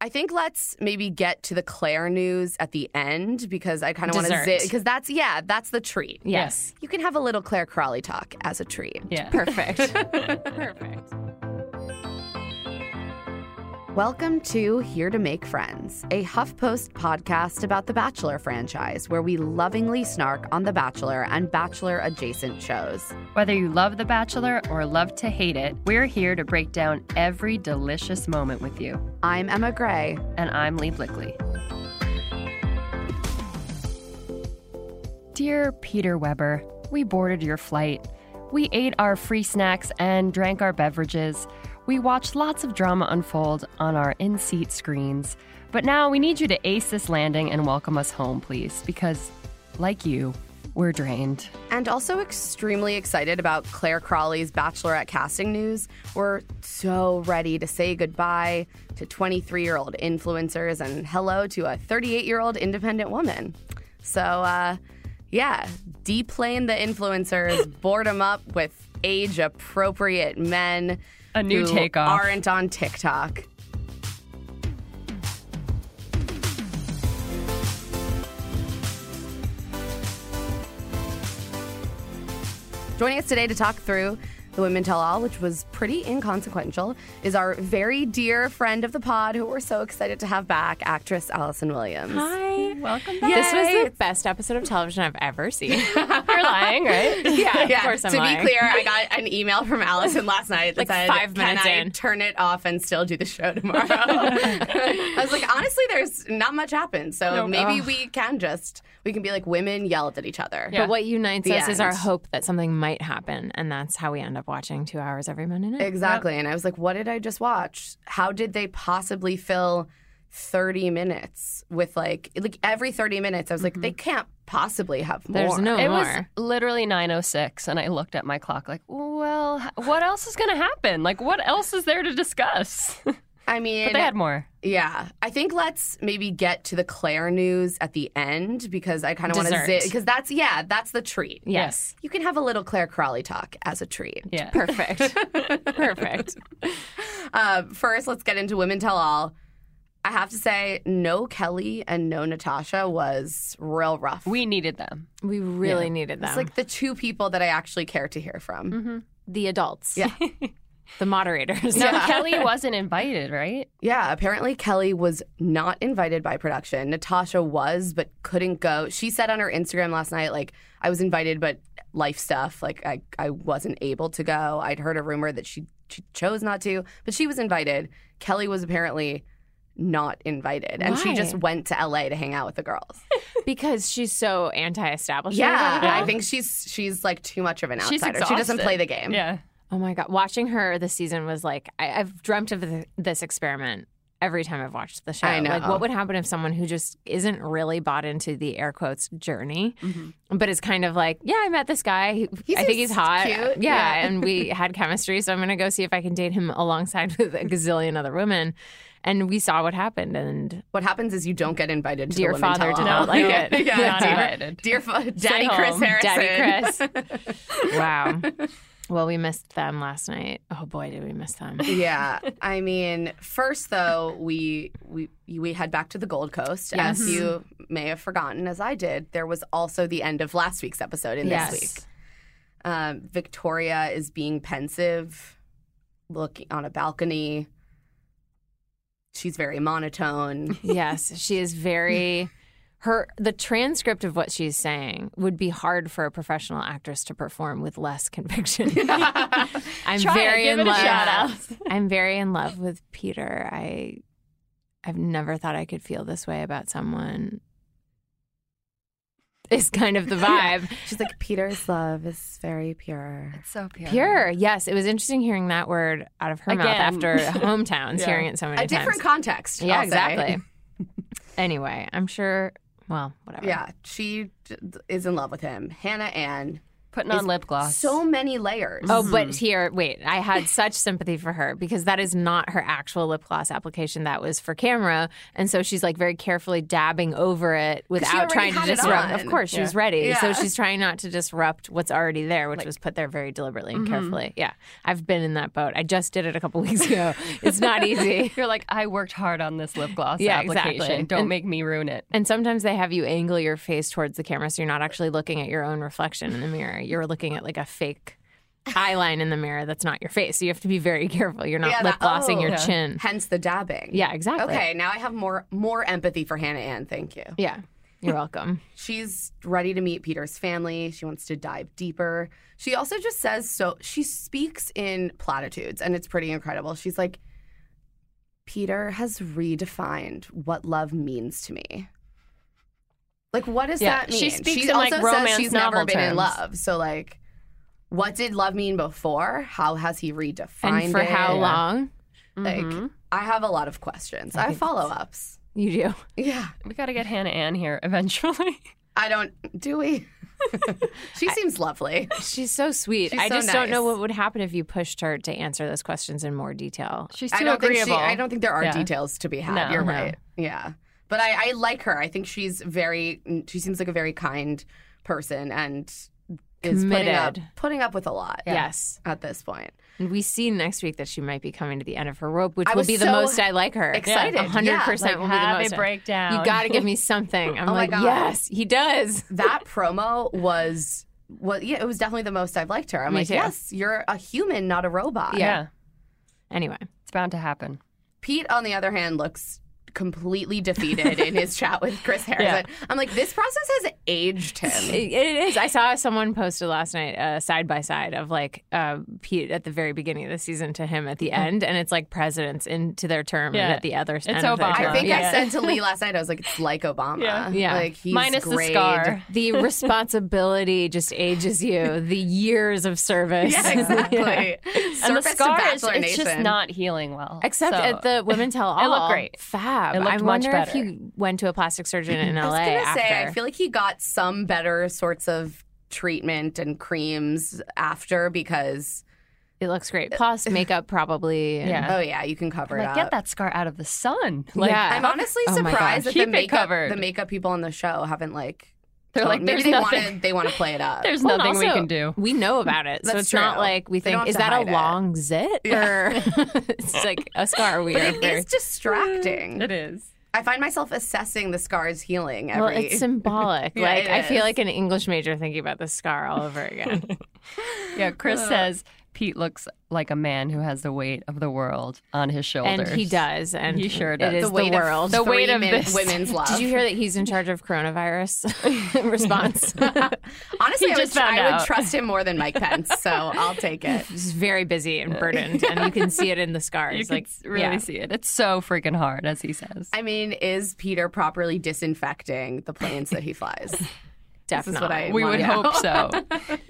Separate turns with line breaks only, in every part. I think let's maybe get to the Claire news at the end because I kind of want to
Dessert.
zit because that's yeah that's the treat.
Yes.
You can have a little Claire Crawley talk as a treat.
Yeah.
Perfect.
Perfect.
Welcome to Here to Make Friends, a HuffPost podcast about the Bachelor franchise where we lovingly snark on The Bachelor and Bachelor adjacent shows.
Whether you love The Bachelor or love to hate it, we're here to break down every delicious moment with you.
I'm Emma Gray.
And I'm Lee Blickley. Dear Peter Weber, we boarded your flight. We ate our free snacks and drank our beverages. We watched lots of drama unfold on our in seat screens. But now we need you to ace this landing and welcome us home, please, because, like you, we're drained.
And also extremely excited about Claire Crawley's Bachelorette casting news. We're so ready to say goodbye to 23 year old influencers and hello to a 38 year old independent woman. So, uh, yeah, deplane the influencers, board them up with age appropriate men.
A new
who
takeoff.
Aren't on TikTok. Joining us today to talk through the Women Tell All, which was pretty inconsequential, is our very dear friend of the pod who we're so excited to have back, actress Allison Williams.
Hi.
Welcome
This was the best episode of television I've ever seen.
You're lying, right?
yeah, of course I'm
to
lying.
be clear, I got an email from Allison last night that
Like
said, "Can
five minutes
I
in."
turn it off and still do the show tomorrow?" I was like, honestly, there's not much happened, so maybe we can just we can be like women yelled at each other.
But what unites
The
us is our
end.
hope that something might happen, and that's how we end up watching two hours every Monday night.
Exactly. And I was like, what did I just watch? How did they possibly fill 30 minutes with like like every 30 minutes? I was like, they can't possibly have more.
There's no
It
more.
was literally 906 and I looked at my clock like, "Well, h- what else is going to happen? Like what else is there to discuss?" but
I mean,
they had more.
yeah. I think let's maybe get to the Claire news at the end because I kind of want to
Dessert.
zit because that's yeah, that's the treat.
yes.
You can have a little Claire Crawley talk as a treat.
Yeah.
Perfect. Perfect.
Uh, first, let's get into Women Tell All. I have to say, no Kelly and no Natasha was real rough.
We needed them.
We really needed them. Mm-hmm.
It's like the two people that I actually care to hear from.
the adults.
Yeah.
the moderators.
No, Kelly wasn't invited, right?
Yeah, apparently Kelly was not invited by production. Natasha was, but couldn't go. She said on her Instagram last night, like, I was invited, but life stuff. Like, I, I wasn't able to go. I'd heard a rumor that she, she chose not to, but she was invited. Kelly was apparently not invited. And she
Why?
just went to LA to hang out with the girls.
because she's so anti-establishment.
yeah,
about it all.
I think she's she's like too much of an
She's
outsider. She doesn't
exhausted.
play the game.
Yeah.
Oh my god, watching her this season was like I, I've dreamt of th- this experiment every time I've watched the show.
I know.
Like, what would happen if someone who just isn't really bought into the air quotes journey, but is kind of like, yeah, I met this guy. He-
He
I think he's
seems
hot.
Mm-hmm. cute.
Yeah,
Yeah.
and we had chemistry, so I'm gonna go see if I can date him alongside with a gazillion other women. And we saw what happened, and
What happens is you don't get invited to the
Dear
Women
Father
Tell
did
All.
not like it.
yeah,
Not
dear-
invited.
Dear, fa- Daddy
home,
Chris Harrison.
Daddy Chris. wow. Well, we missed them last night. Oh boy, did we miss them.
yeah, I mean, first though, we we we head back to the Gold Coast. As you may have forgotten, as I did, there was also the end of last week's episode in
Yes.
this week. Um, Victoria is being pensive, looking on a balcony. she's very monotone.
yes, she is very her the transcript of what she's saying would be hard for a professional actress to perform with less conviction. I'm
Try it,
very
give
in
it a
love.
shout-out.
I'm very in love with Peter. I I've never thought I could feel this way about someone. Is kind of the vibe.
She's like, Peter's love is very pure.
so pure.
Pure. Yes, it was interesting hearing that word out of her mouth
Again.
after hometowns, hearing it so many
A different
times.
context.
yeah,
I'll say.
exactly. anyway, I'm sure. Well, whatever.
Yeah, she d- is in love with him. Hannah Ann.
Putting on
Is
lip gloss.
So many layers.
Oh, but
Mm-hmm.
here, wait. I had such sympathy for her because that is not her actual lip gloss application. That was for camera, and so she's like very carefully dabbing over it without
already
trying to
had it
disrupt.
on.
Of course, she was ready, so
Yeah.
she's trying not to disrupt what's already there, which was put there very deliberately
Mm-hmm.
and carefully. Yeah, I've been in that boat. I just did it a couple weeks ago. It's not easy.
You're like, I worked hard on this lip gloss
Yeah,
application.
exactly.
Don't
And-
make me ruin it.
And sometimes they have you angle your face towards the camera so you're not actually looking at your own reflection in the mirror. You're looking at like a fake eyeline in the mirror that's not your face. So you have to be very careful. You're not
Yeah,
lip
that-
glossing your
oh.
chin.
Hence the dabbing.
Yeah, exactly.
Okay, now I have more more empathy for Hannah Ann. Thank you.
Yeah. You're welcome.
She's ready to meet Peter's family. She wants to dive deeper. She also just says so she speaks in platitudes and it's pretty incredible. She's like Peter has redefined what love means to me. Like what does
Yeah,
that mean?
she speaks in, like,
also
romance
says she's
novel
never been in
terms.
love. So like what did love mean before? How has he redefined
and for
it?
how long?
Like
Mhm.
I have a lot of questions. I, have follow-ups.
You do.
Yeah.
we got to get Hannah Ann here eventually.
I don't do we? she seems lovely.
She's so sweet.
She's
I
so
just don't know
nice.
what would happen if you pushed her to answer those questions in more detail.
She's
I
too
don't think she,
agreeable.
I don't think there are
Yeah.
details to be had.
No.
You're
No.
right. Yeah, but I, I like her. I think she's very. She seems like a very kind person and is putting up,
Committed.
putting up with a lot.
Yes.
at this point,
And we see next week that she might be coming to the end of her rope, which
I
will
was
be the
so
most I like her.
excited. Yeah.
100%
Like,
will be the
have
most.
a breakdown.
You got to give me something. I'm
Oh my
like,
God.
yes, he does.
that promo was. was yeah, it was definitely the most I've liked her. I'm
Me
like,
too.
yes, you're a human, not a robot.
Yeah.
Anyway,
it's bound to happen.
Pete, on the other hand, looks completely defeated in his chat with Chris
Yeah.
Harrison. I'm like, this process has aged him.
it, it is. I saw someone posted last night uh, side by side of like uh, Pete at the very beginning of the season to him at the
Mm-hmm.
end, and it's like presidents into their term and
Yeah.
at the other
It's
end of their
Obama.
I
term.
think
Yeah.
I said to Lee last night, I was like, it's like Obama.
Yeah.
Yeah.
Like he's
Minus
great.
the scar.
the responsibility just ages you. The years of service,
Yeah, exactly.
Yeah.
and the
Surface
scar
to
is
Bachelor
it's just
Nation.
not healing well.
Except
So-
at the Women Tell All,
It looked great.
Fab.
It looked
I
much
wonder if
better.
he went to a plastic surgeon in
I
LA
was gonna
after.
say, I feel like he got some better sorts of treatment and creams after because
it looks great. Plus makeup, probably. and-
Yeah.
oh yeah, you can cover it
like
up.
get that scar out of the sun.
Like,
Like
Yeah.
I'm honestly
Oh my
surprised that
God.
the
Keep it
makeup
covered.
the makeup people on the show haven't like
they're
told-
like
maybe
there's
they
nothing.
want to they want to play it up.
There's
Well, and
nothing we
also,
can do.
We know about it, so
That's
it's not
true.
like we
They don't have
think is
to
that
hide
a
it.
long zit or it's like a scar. We
but
are
it
very-
is distracting.
is.
I find myself assessing the scar's healing every
well, it's symbolic.
Yeah,
like
it
I feel
is.
like an English major thinking about the scar all over again.
Yeah, Chris says Pete looks like a man who has the weight of the world on his shoulders.
and he does, and
He sure
It
does.
is
The
the,
weight of
world.
The
three
weight of
min-
this.
women's love.
Did you hear that he's in charge of coronavirus response?
Honestly,
He
I, would,
just found
I would
out.
trust him more than Mike Pence, so I'll take it.
He's very busy and burdened, and you can see it in the scars.
You can
like
s- really
yeah.
see it. It's so freaking hard, as he says.
I mean, is Peter properly disinfecting the planes that he flies?
Definitely.
is what I
we
wanna
would
know.
hope so.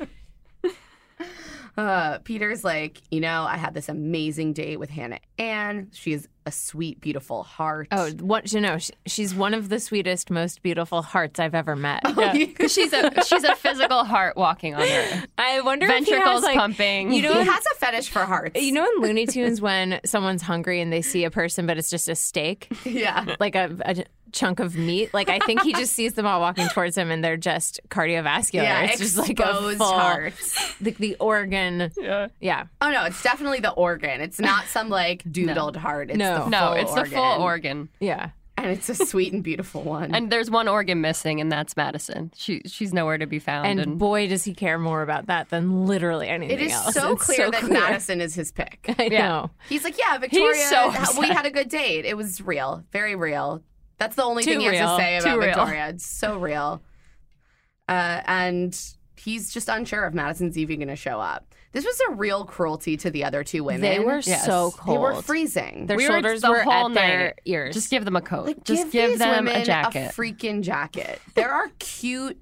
Uh, Peter's like, you know, I had this amazing date with Hannah Ann. She is a sweet, beautiful heart.
Oh, what you know? She, she's one of the sweetest, most beautiful hearts I've ever met.
Oh,
Yeah. 'Cause she's a she's a physical heart walking on earth.
I wonder if he has,
Ventricles
like,
pumping.
You know,
he
in-
has a fetish for hearts.
you know, in Looney Tunes when someone's hungry and they see a person, but it's just a steak,
yeah.
like a, a chunk of meat. Like I think he just sees them all walking towards him, and they're just cardiovascular.
Yeah,
it's just like a
exposed
full
hearts.
the, the organ.
Yeah.
Yeah,
Oh no, it's definitely the organ. It's not some like doodled heart. It's
No.
the
No,
full
it's the full organ.
yeah.
and it's a sweet and beautiful one.
And there's one organ missing, and that's Madison. She she's nowhere to be found.
And, boy, does he care more about that than literally anything
it is
else.
so
It's
clear that Madison is his pick.
I
Yeah.
know.
He's like, yeah, Victoria.
so
ha- we had a good date. It was real, very real. That's the only
Too
thing he has to
real.
say
Too
about
real.
Victoria. It's so real. Uh, and he's just unsure if Madison's even going to show up. This was a real cruelty to the other two women.
They were
Yes.
so
They
cold.
were freezing.
Their
We were
shoulders
the
were
whole
at their
night.
ears.
just give them a coat.
Like,
just
give,
give,
these
them
women
a jacket.
freaking jacket. There are cute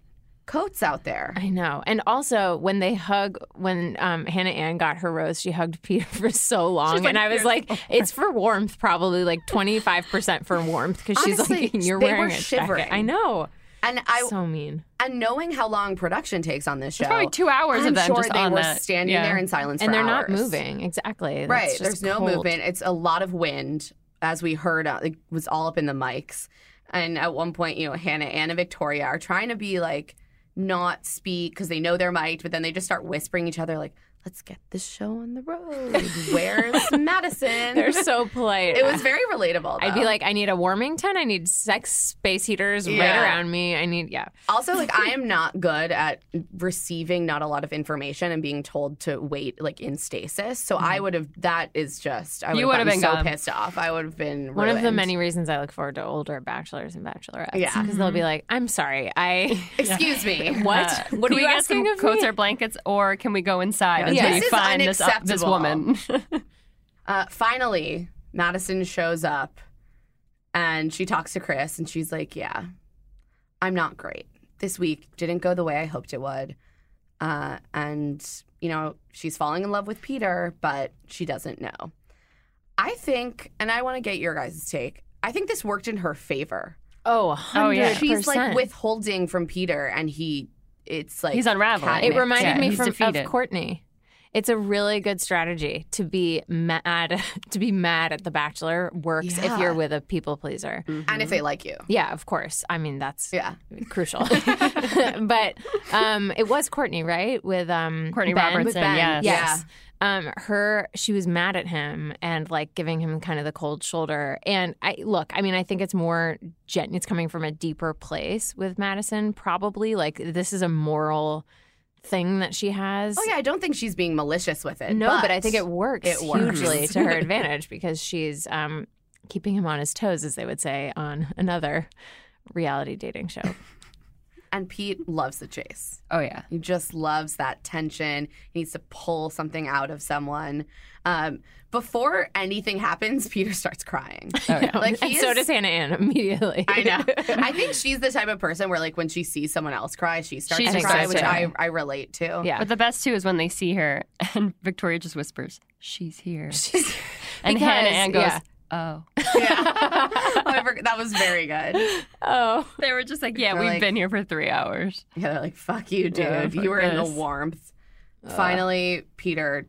coats out there.
I know. And also when they hug when um, Hannah Ann got her rose, she hugged Peter for so long.
like,
and I was
"Here's
like, it's for warmth, probably like twenty five percent for warmth because she's
Honestly,
like you're
they were
wearing a
shivering.
jacket. I know.
And I
so mean.
and knowing how long production takes on this show,
It's probably two hours
I'm
of them
sure
just
they
on
were
that.
standing
Yeah.
there in silence,
And
for
they're not
hours.
moving. Exactly. That's
Right,
just
there's no
cold.
movement. It's a lot of wind, as we heard. uh, It was all up in the mics, and at one point, you know, Hannah and Victoria are trying to be like not speak because they know they're mic'd, but then they just start whispering each other like, "Let's get this show on the road. Where's Madison?"
They're so polite.
It was very relatable.
I'd be
though.
like, I need a warming tent. I need sex space heaters
Yeah.
right around me. I need, yeah.
Also, like I am not good at receiving not a lot of information and being told to wait like in stasis. So I
Mm-hmm.
would have that is just I would
You
have gotten
would've been
so
gone.
pissed off. I would have been
One of the
ruined.
many reasons I look forward to older bachelors and bachelorettes.
Yeah.
Because they'll be like, I'm sorry. I,
Excuse me.
what?
Uh,
what
can
are you
we get
asking
some
of
coats
me?
or blankets, or can we go inside until
This
you
is
find this, uh, this
unacceptable.
woman?
Uh, finally, Madison shows up and she talks to Chris and she's like, "Yeah, I'm not great. This week didn't go the way I hoped it would." Uh, and you know, she's falling in love with Peter, but she doesn't know. I think, and I want to get your guys' take. I think this worked in her favor.
oh,
Oh, yeah.
100%.
She's like withholding from Peter, and he, it's like
He's unraveling.
catnip.
It reminded
Yeah,
me
he's
from
defeated.
of Courtney. It's a really good strategy to be mad to be mad at the bachelor works
Yeah.
if you're with a people pleaser.
and if they like you,
Yeah, of course. I mean, that's
yeah,
crucial. but um, it was Courtney, right? With um,
Courtney
Ben.
Robertson,
with Ben,
yes.
yeah.
Yes. Um, her she was mad at him and like giving him kind of the cold shoulder. And I look, I mean, I think it's more gen- it's coming from a deeper place with Madison, probably. Like this is a moral thing that she has.
Oh yeah, I don't think she's being malicious with it.
No, but, I think it works
it works.
hugely to her advantage because she's um, keeping him on his toes, as they would say on another reality dating show.
And Pete loves the chase.
Oh yeah.
He just loves that tension. He needs to pull something out of someone. Um, before anything happens, Peter starts crying. Like,
and
he
so
is-
does Hannah Ann immediately.
I know. I think she's the type of person where, like, when she sees someone else cry, she starts
She
to
starts
cry,
to
which
cry.
I, I relate to.
Yeah.
But the best too is when they see her and Victoria just whispers, "She's here," and
Because-
Hannah Ann goes,
yeah.
"Oh."
Yeah. I forg- that was very good.
oh,
They were just like, "Yeah,
They're
we've
like-
been here for three hours."
Yeah, they're like, fuck you, dude.
Yeah, fuck
you were in the
this. Uh.
warmth. Finally, Peter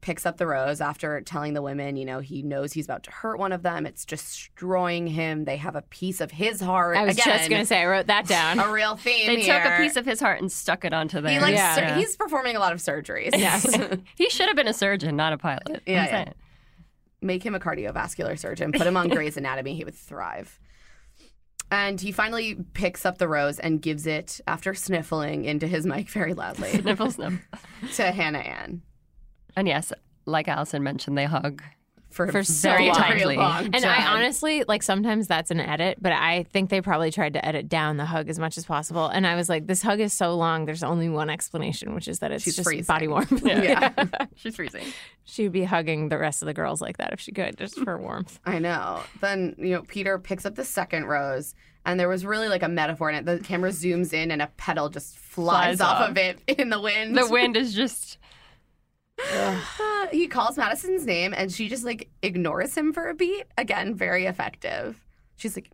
picks up the rose after telling the women, you know, he knows he's about to hurt one of them. It's destroying him. They have a piece of his heart.
I was
Again,
just gonna say I wrote that down.
a real theme.
They
here.
took a piece of his heart and stuck it onto
He
theirs.
like
Yeah.
sur- he's performing a lot of surgeries.
Yes.
he should have been a surgeon, not a pilot.
Yeah,
I'm
yeah.
saying.
Make him a cardiovascular surgeon. Put him on Grey's Anatomy. He would thrive. And he finally picks up the rose and gives it, after sniffling into his mic very loudly,
Sniffle, sniff.
to Hannah Ann
And yes, like Allison mentioned, they hug.
for,
For so
very
long.
Very
long
And I
time.
honestly like sometimes that's an edit, but I think they probably tried to edit down the hug as much as possible. And I was like, this hug is so long. There's only one explanation, which is that it's
She's
just
freezing.
body warmth.
Yeah.
She's freezing.
She'd be hugging the rest of the girls like that if she could, just for warmth.
I know. Then, you know, Peter picks up the second rose, and there was really like a metaphor in it. The camera zooms in, and a petal just flies,
Flies
off
off.
of it in the wind.
The wind is just.
Uh, he calls Madison's name, and she just like ignores him for a beat. Again, very effective. She's like,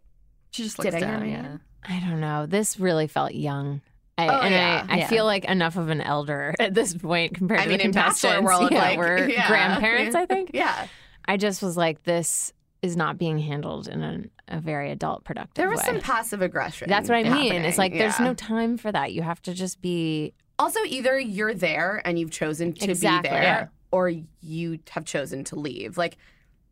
She just
Did
looks
I hear
down.
my
yeah.
name?
I don't know. This really felt young. I,
Oh,
and
yeah.
I, I
Yeah.
feel like enough of an elder at this point compared
I
to
mean,
the
in Bachelor
contestants.
world,
yeah,
like,
we're
yeah.
grandparents, I think.
yeah.
I just was like, this is not being handled in an, a very adult productive
There was
way.
some passive aggression.
That's what I mean. It's like
happening.
there's
Yeah.
no time for that. You have to just be
Also, either you're there and you've chosen to
Exactly.
be there,
Yeah.
or you have chosen to leave. Like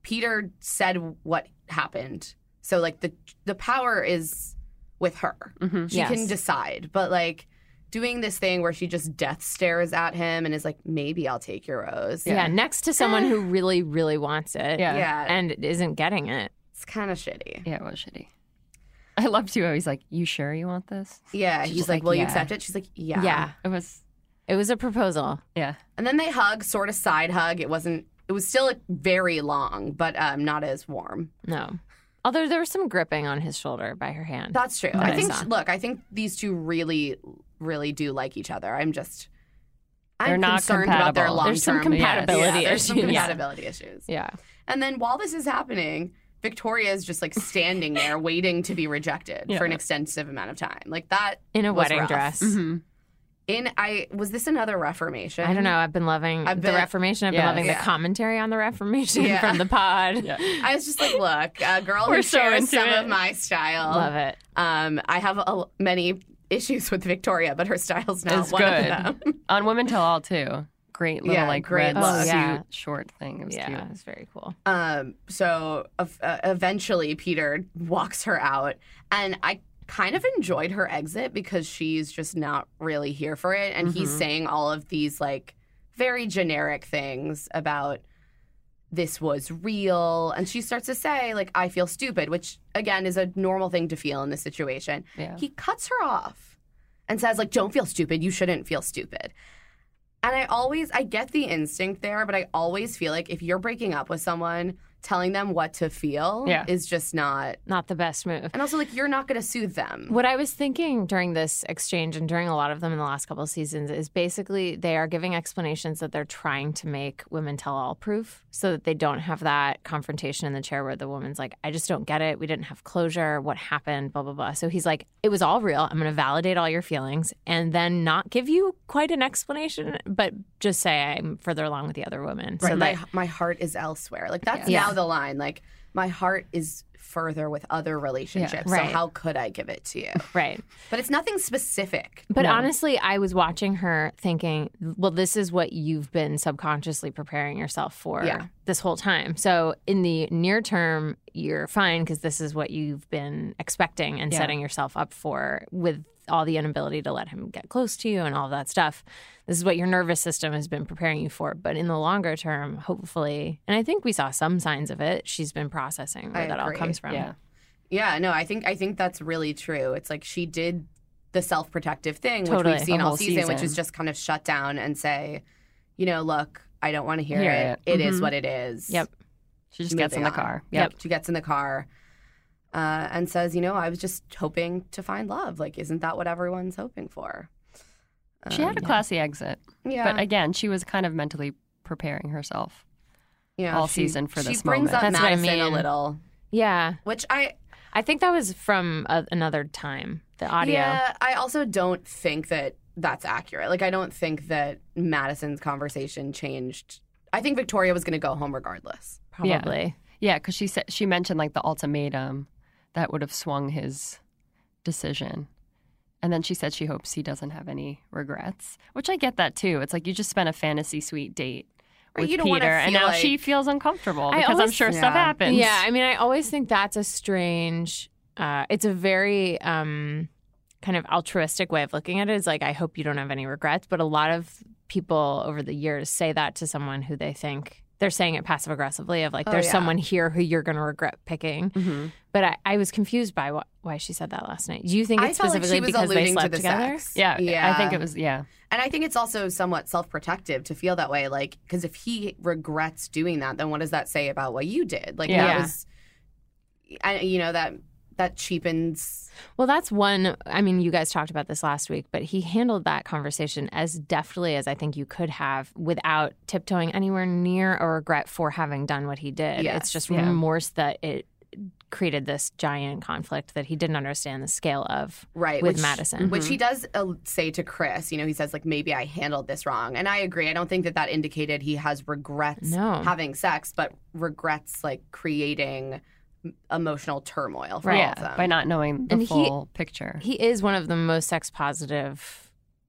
Peter said what happened. So like the the power is with her.
Mm-hmm.
She
Yes.
can decide, but like doing this thing where she just death stares at him and is like, maybe I'll take your rose.
Yeah. next to someone who really, really wants it
Yeah.
Yeah,
and isn't getting it.
it's kind of shitty.
Yeah, it was shitty. I loved you. I was like, "You sure you want this?"
Yeah,
She's
he's
like,
like, will you
yeah.
accept it? She's like, yeah.
It was.
It was a proposal.
Yeah.
And then they hug, sort of side hug. It wasn't. It was still like, very long, but um, not as warm.
No. Although there was some gripping on his shoulder by her hand.
That's true.
That
I
I
think.
saw.
Look, I think these two really, really do like each other. I'm just.
They're
I'm
not
concerned about their
compatible.
long
There's some
term
compatibility
there's some
issues.
compatibility issues.
yeah.
And then while this is happening, Victoria is just like standing there waiting to be rejected
Yeah.
for an extensive amount of time. Like that.
In a
was
wedding
rough.
dress.
Mhm.
In I was this another Reformation?
I don't know. I've been loving
I've
the
been-
Reformation. I've been
Yeah.
loving
Yeah.
the commentary on the Reformation
Yeah.
from the pod.
Yeah.
I was just like, look, a girl
We're
who
so
shares
into
some
it.
of my style.
Love it.
Um, I have a, many issues with Victoria, but her style's not
It's
one
good.
of them.
On Women Tell All too. Great little
Yeah,
like
great
red
look.
suit
Yeah.
short thing. It was
yeah,
cute.
it's very cool.
Um, so ev- uh, eventually, Peter walks her out, and I kind of enjoyed her exit because she's just not really here for it, and he's
Mhm.
saying all of these like very generic things about this was real and she starts to say like i feel stupid which again is a normal thing to feel in this situation
Yeah.
he cuts her off and says like don't feel stupid you shouldn't feel stupid and i always i get the instinct there but i always feel like if you're breaking up with someone telling them what to feel
Yeah.
is just not
Not the best move.
and also like you're not going to soothe them
What I was thinking during this exchange and during a lot of them in the last couple of seasons is basically they are giving explanations that they're trying to make women tell all proof so that they don't have that confrontation in the chair where the woman's like, I just don't get it. We didn't have closure. What happened? Blah, blah, blah. So he's like, it was all real. I'm going to validate all your feelings and then not give you quite an explanation, but just say I'm further along with the other woman.
right
So
my,
that,
my heart is elsewhere like that's
Yeah.
now the line like my heart is further with other relationships
right.
so how could i give it to you
right.
but it's nothing specific
But
No.
honestly, I was watching her thinking, well, this is what you've been subconsciously preparing yourself for
Yeah.
this whole time. So in the near term, you're fine because this is what you've been expecting and
Yeah.
setting yourself up for with all the inability to let him get close to you and all that stuff. This is what your nervous system has been preparing you for. But in the longer term, hopefully, and I think we saw some signs of it, she's been processing where
I
that all
agree.
comes from.
Yeah.
Yeah, no, I think I think that's really true. It's like she did the self-protective thing,
Totally,
which
the
we've seen all
whole
season, which
season.
is just kind of shut down and say, you know, look, I don't want to hear,
Hear
it.
it. Mm-hmm.
It is
Mhm.
what it is.
Yep.
She just gets in the
Moving on.
car.
Yep.
She gets in the car uh, and says, you know, I was just hoping to find love. Like, isn't that what everyone's hoping for?
She had a
Um,
classy exit,
yeah,
but again, she was kind of mentally preparing herself.
yeah,
all
she-
season for
she
this
brings
moment.
up
That's what I
Madison a
mean.
little,
Yeah.
which I
I think that was from a, another time, the audio.
Yeah, I also don't think that that's accurate. Like, I don't think that Madison's conversation changed. I think Victoria was going to go home regardless.
Yeah.
Probably.
Yeah, because she said she mentioned like the ultimatum that would have swung his decision, and then she said she hopes he doesn't have any regrets, which I get that too. It's like you just spent a fantasy sweet date
Right,
with
you don't wanna
Peter, and
feel
now
like-
she feels uncomfortable
I
because I'm
always-
sure
Yeah.
stuff happens.
Yeah, I mean, I always think that's a strange. Uh, it's a very um, kind of altruistic way of looking at it. Is like, I hope you don't have any regrets. But a lot of people over the years say that to someone who they think they're saying it passive aggressively. Of like,
Oh,
there's
yeah.
someone here who you're going to regret picking.
Mhm.
But I, I was confused by wh- why she said that last night. Do you think
I
it's
felt like she
specifically
was
because they
alluding to
slept
the
together?
sex.
yeah, I think it was yeah,
And I think it's also somewhat self-protective to feel that way. Like, because if he regrets doing that, then what does that say about what you did? Like,
Yeah.
that was, I, you know, that that cheapens.
Well, that's one. I mean, you guys talked about this last week, but he handled that conversation as deftly as I think you could have without tiptoeing anywhere near a regret for having done what he did.
Yes,
it's just
yeah.
remorse that it created this giant conflict that he didn't understand the scale of
Right,
with
which-
Madison.
Mm-hmm.
which he does uh, say to Chris. You know, he says like maybe I handled this wrong, and I agree. I don't think that that indicated he has regrets
No.
having sex, but regrets like creating m- emotional turmoil for all
yeah,
of them.
by not knowing the
And Mm-hmm. he-
full picture.
He is one of the most sex positive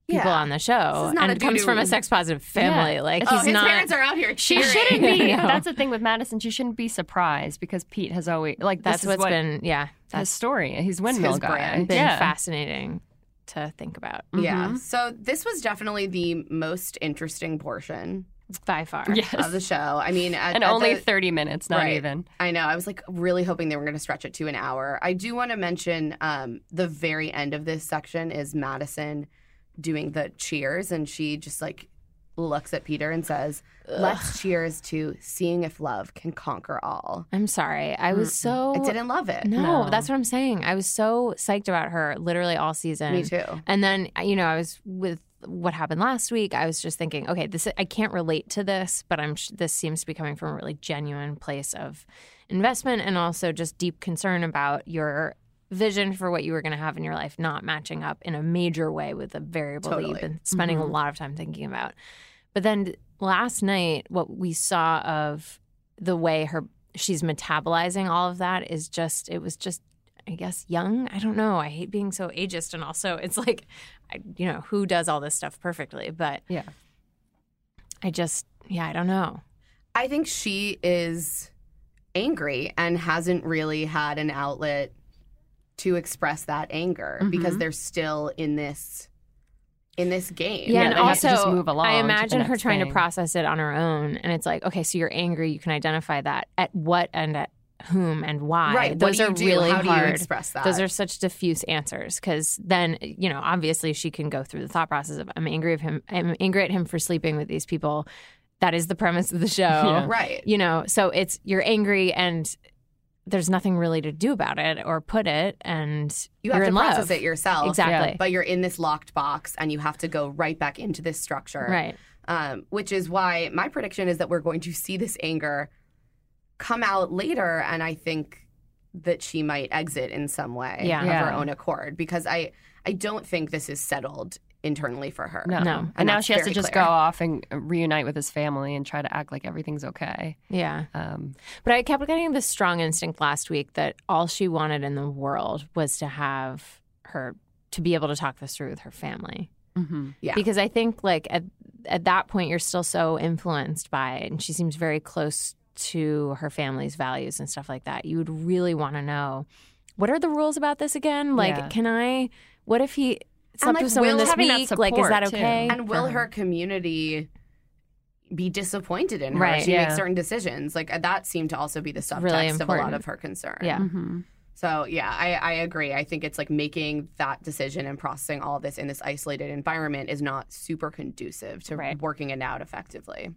people
Yeah. Oh,
on the show,
This is not
and
a
it comes from a
doo-doo.
sex positive family. Like
It's-
he's
Oh,
his
not.
parents are out here
She
cheering.
shouldn't be.
No.
That's the thing with Madison. She shouldn't be surprised because Pete has always like
that's
this is
what's
what
been yeah.
his
That's
story. He's windmill
his
guy.
brand.
been
yeah.
fascinating to think about
Mm-hmm.
Yeah. So this was definitely the most interesting portion
by far.
Yes.
of the show. I mean, at,
and
at
only
the-
30 minutes, not
Right.
even.
I know. I was like really hoping they were going to stretch it to an hour. I do want to mention um, the very end of this section is Madison doing the cheers, and she just like looks at Peter and says, "Let's cheers to seeing if love can conquer all."
I'm sorry. I was so
I didn't love Mm, it.
No,
No.
that's what I'm saying. I was so psyched about her literally all season.
Me too.
And then you know, I was with what happened last week. I was just thinking, okay, this I can't relate to this, but I'm sh- this seems to be coming from a really genuine place of investment and also just deep concern about your vision for what you were going to have in your life not matching up in a major way with a variable that
Totally.
you've been spending
Mhm.
a lot of time thinking about. But then last night, what we saw of the way her she's metabolizing all of that is just it was just I guess young. I don't know. I hate being so ageist, and also it's like, I, you know, who does all this stuff perfectly? But
Yeah.
I just, yeah, I don't know.
I think she is angry and hasn't really had an outlet to express that anger because
Mhm.
they're still in this in this game.
Yeah,
and
they have to
also
just move along
I
to the
imagine her
next
trying
thing.
to process it on her own, and it's like, okay, so you're angry. You can identify that at what and at whom and why.
right. what
Those
do you
are
do?
really
How
hard.
Do you express that.
Those are such diffuse answers because then you know obviously she can go through the thought process of I'm angry of him I'm angry at him for sleeping with these people. That is the premise of the show.
Yeah.
right.
You know, so it's you're angry and there's nothing really to do about it or put it, and
You have
are
to
in
process
love.
it yourself.
Exactly.
But you're in this locked box and you have to go right back into this structure.
Right.
Um, which is why my prediction is that we're going to see this anger come out later. And I think that she might exit in some way
Yeah.
of her
Yeah.
own accord because I, I don't think this is settled internally for her.
No.
No.
And,
And
now
that's
she has to
very
just
clear.
go off and reunite with his family and try to act like everything's okay.
Yeah.
Um,
But I kept getting this strong instinct last week that all she wanted in the world was to have her to be able to talk this through with her family.
Yeah.
Because I think like at at that point you're still so influenced by it and she seems very close to her family's values and stuff like that. You would really want to know what are the rules about this again? Like
Yeah.
can I what if he slept
like,
with someone
will-
this
having that
week? Like is
support,
that
too.
okay?
And will
for her.
her community be disappointed in her
Right,
if she
yeah.
makes certain decisions? Like uh, that seemed to also be the subtext
Really
of a lot
important.
of her concern.
Yeah.
Mm-hmm.
mhm.
So yeah, I, I agree. I think it's like making that decision and processing all of this in this isolated environment is not super conducive to
Right.
working it out effectively.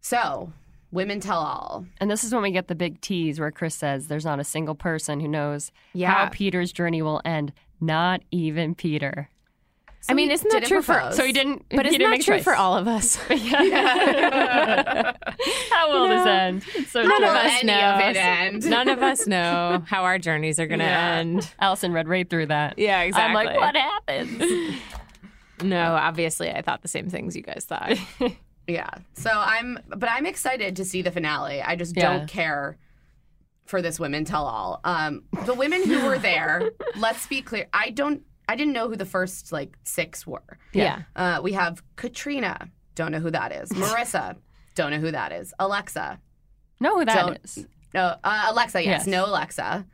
So women tell all.
And this is when we get the big tease where Chris says there's not a single person who knows how
Yeah.
Peter's journey will end, not even Peter.
I mean, isn't that
didn't
true for
propose.
So he didn't.
Oh, But
he
it's
didn't
not
make a
true
choice.
for all of us.
How will this end? It's so
None
true.
of us
any
know.
of it end.
None of us know how our journeys are going to end.
Allison read right through that.
Yeah,
I'm like, what happens?
No, obviously, I thought the same things you guys thought.
Oh, Yeah. So I'm, but I'm excited to see the finale. I just
Yeah.
don't care for this women tell all. Um, the women who were there, let's be clear. I don't, I didn't know who the first like six were.
yeah.
Uh, we have Katrina. Don't know who that is. Marissa. don't know who that is. Alexa.
know who that
Don't-
is?
No, uh, Alexa. Yes.
Yes.
no Alexa,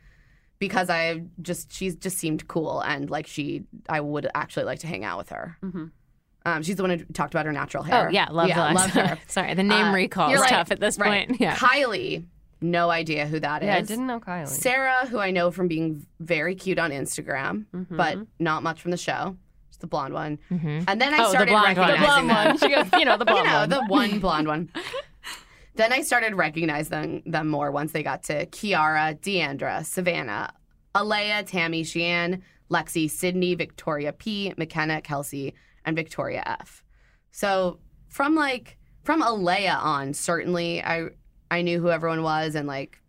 because I just she's just seemed cool and like she I would actually like to hang out with her.
Mhm.
Um, she's the one who talked about her natural hair.
Mm-hmm. Oh, yeah. Love
yeah,
the
loved her.
Sorry, the name
Uh,
recall is
you're right,
tough at this
right.
point. Yeah.
Kylie, no idea who that is.
Yeah, I didn't know Kylie.
Sarah, who I know from being very cute on Instagram,
Mm-hmm.
but not much from the show. She's the blonde one.
Mhm.
And then I
Oh, the
started
blonde one. The
recognizing
blonde
them.
one. She goes, you know, the blonde
you know,
one.
the one blonde one. Then I started recognizing them more once they got to Kiara, Deandra, Savannah, Alea, Tammy, Shean, Lexi, Sydney, Victoria P, McKenna, Kelsey, and Victoria F. So from like from Alea on, certainly I I knew who everyone was and like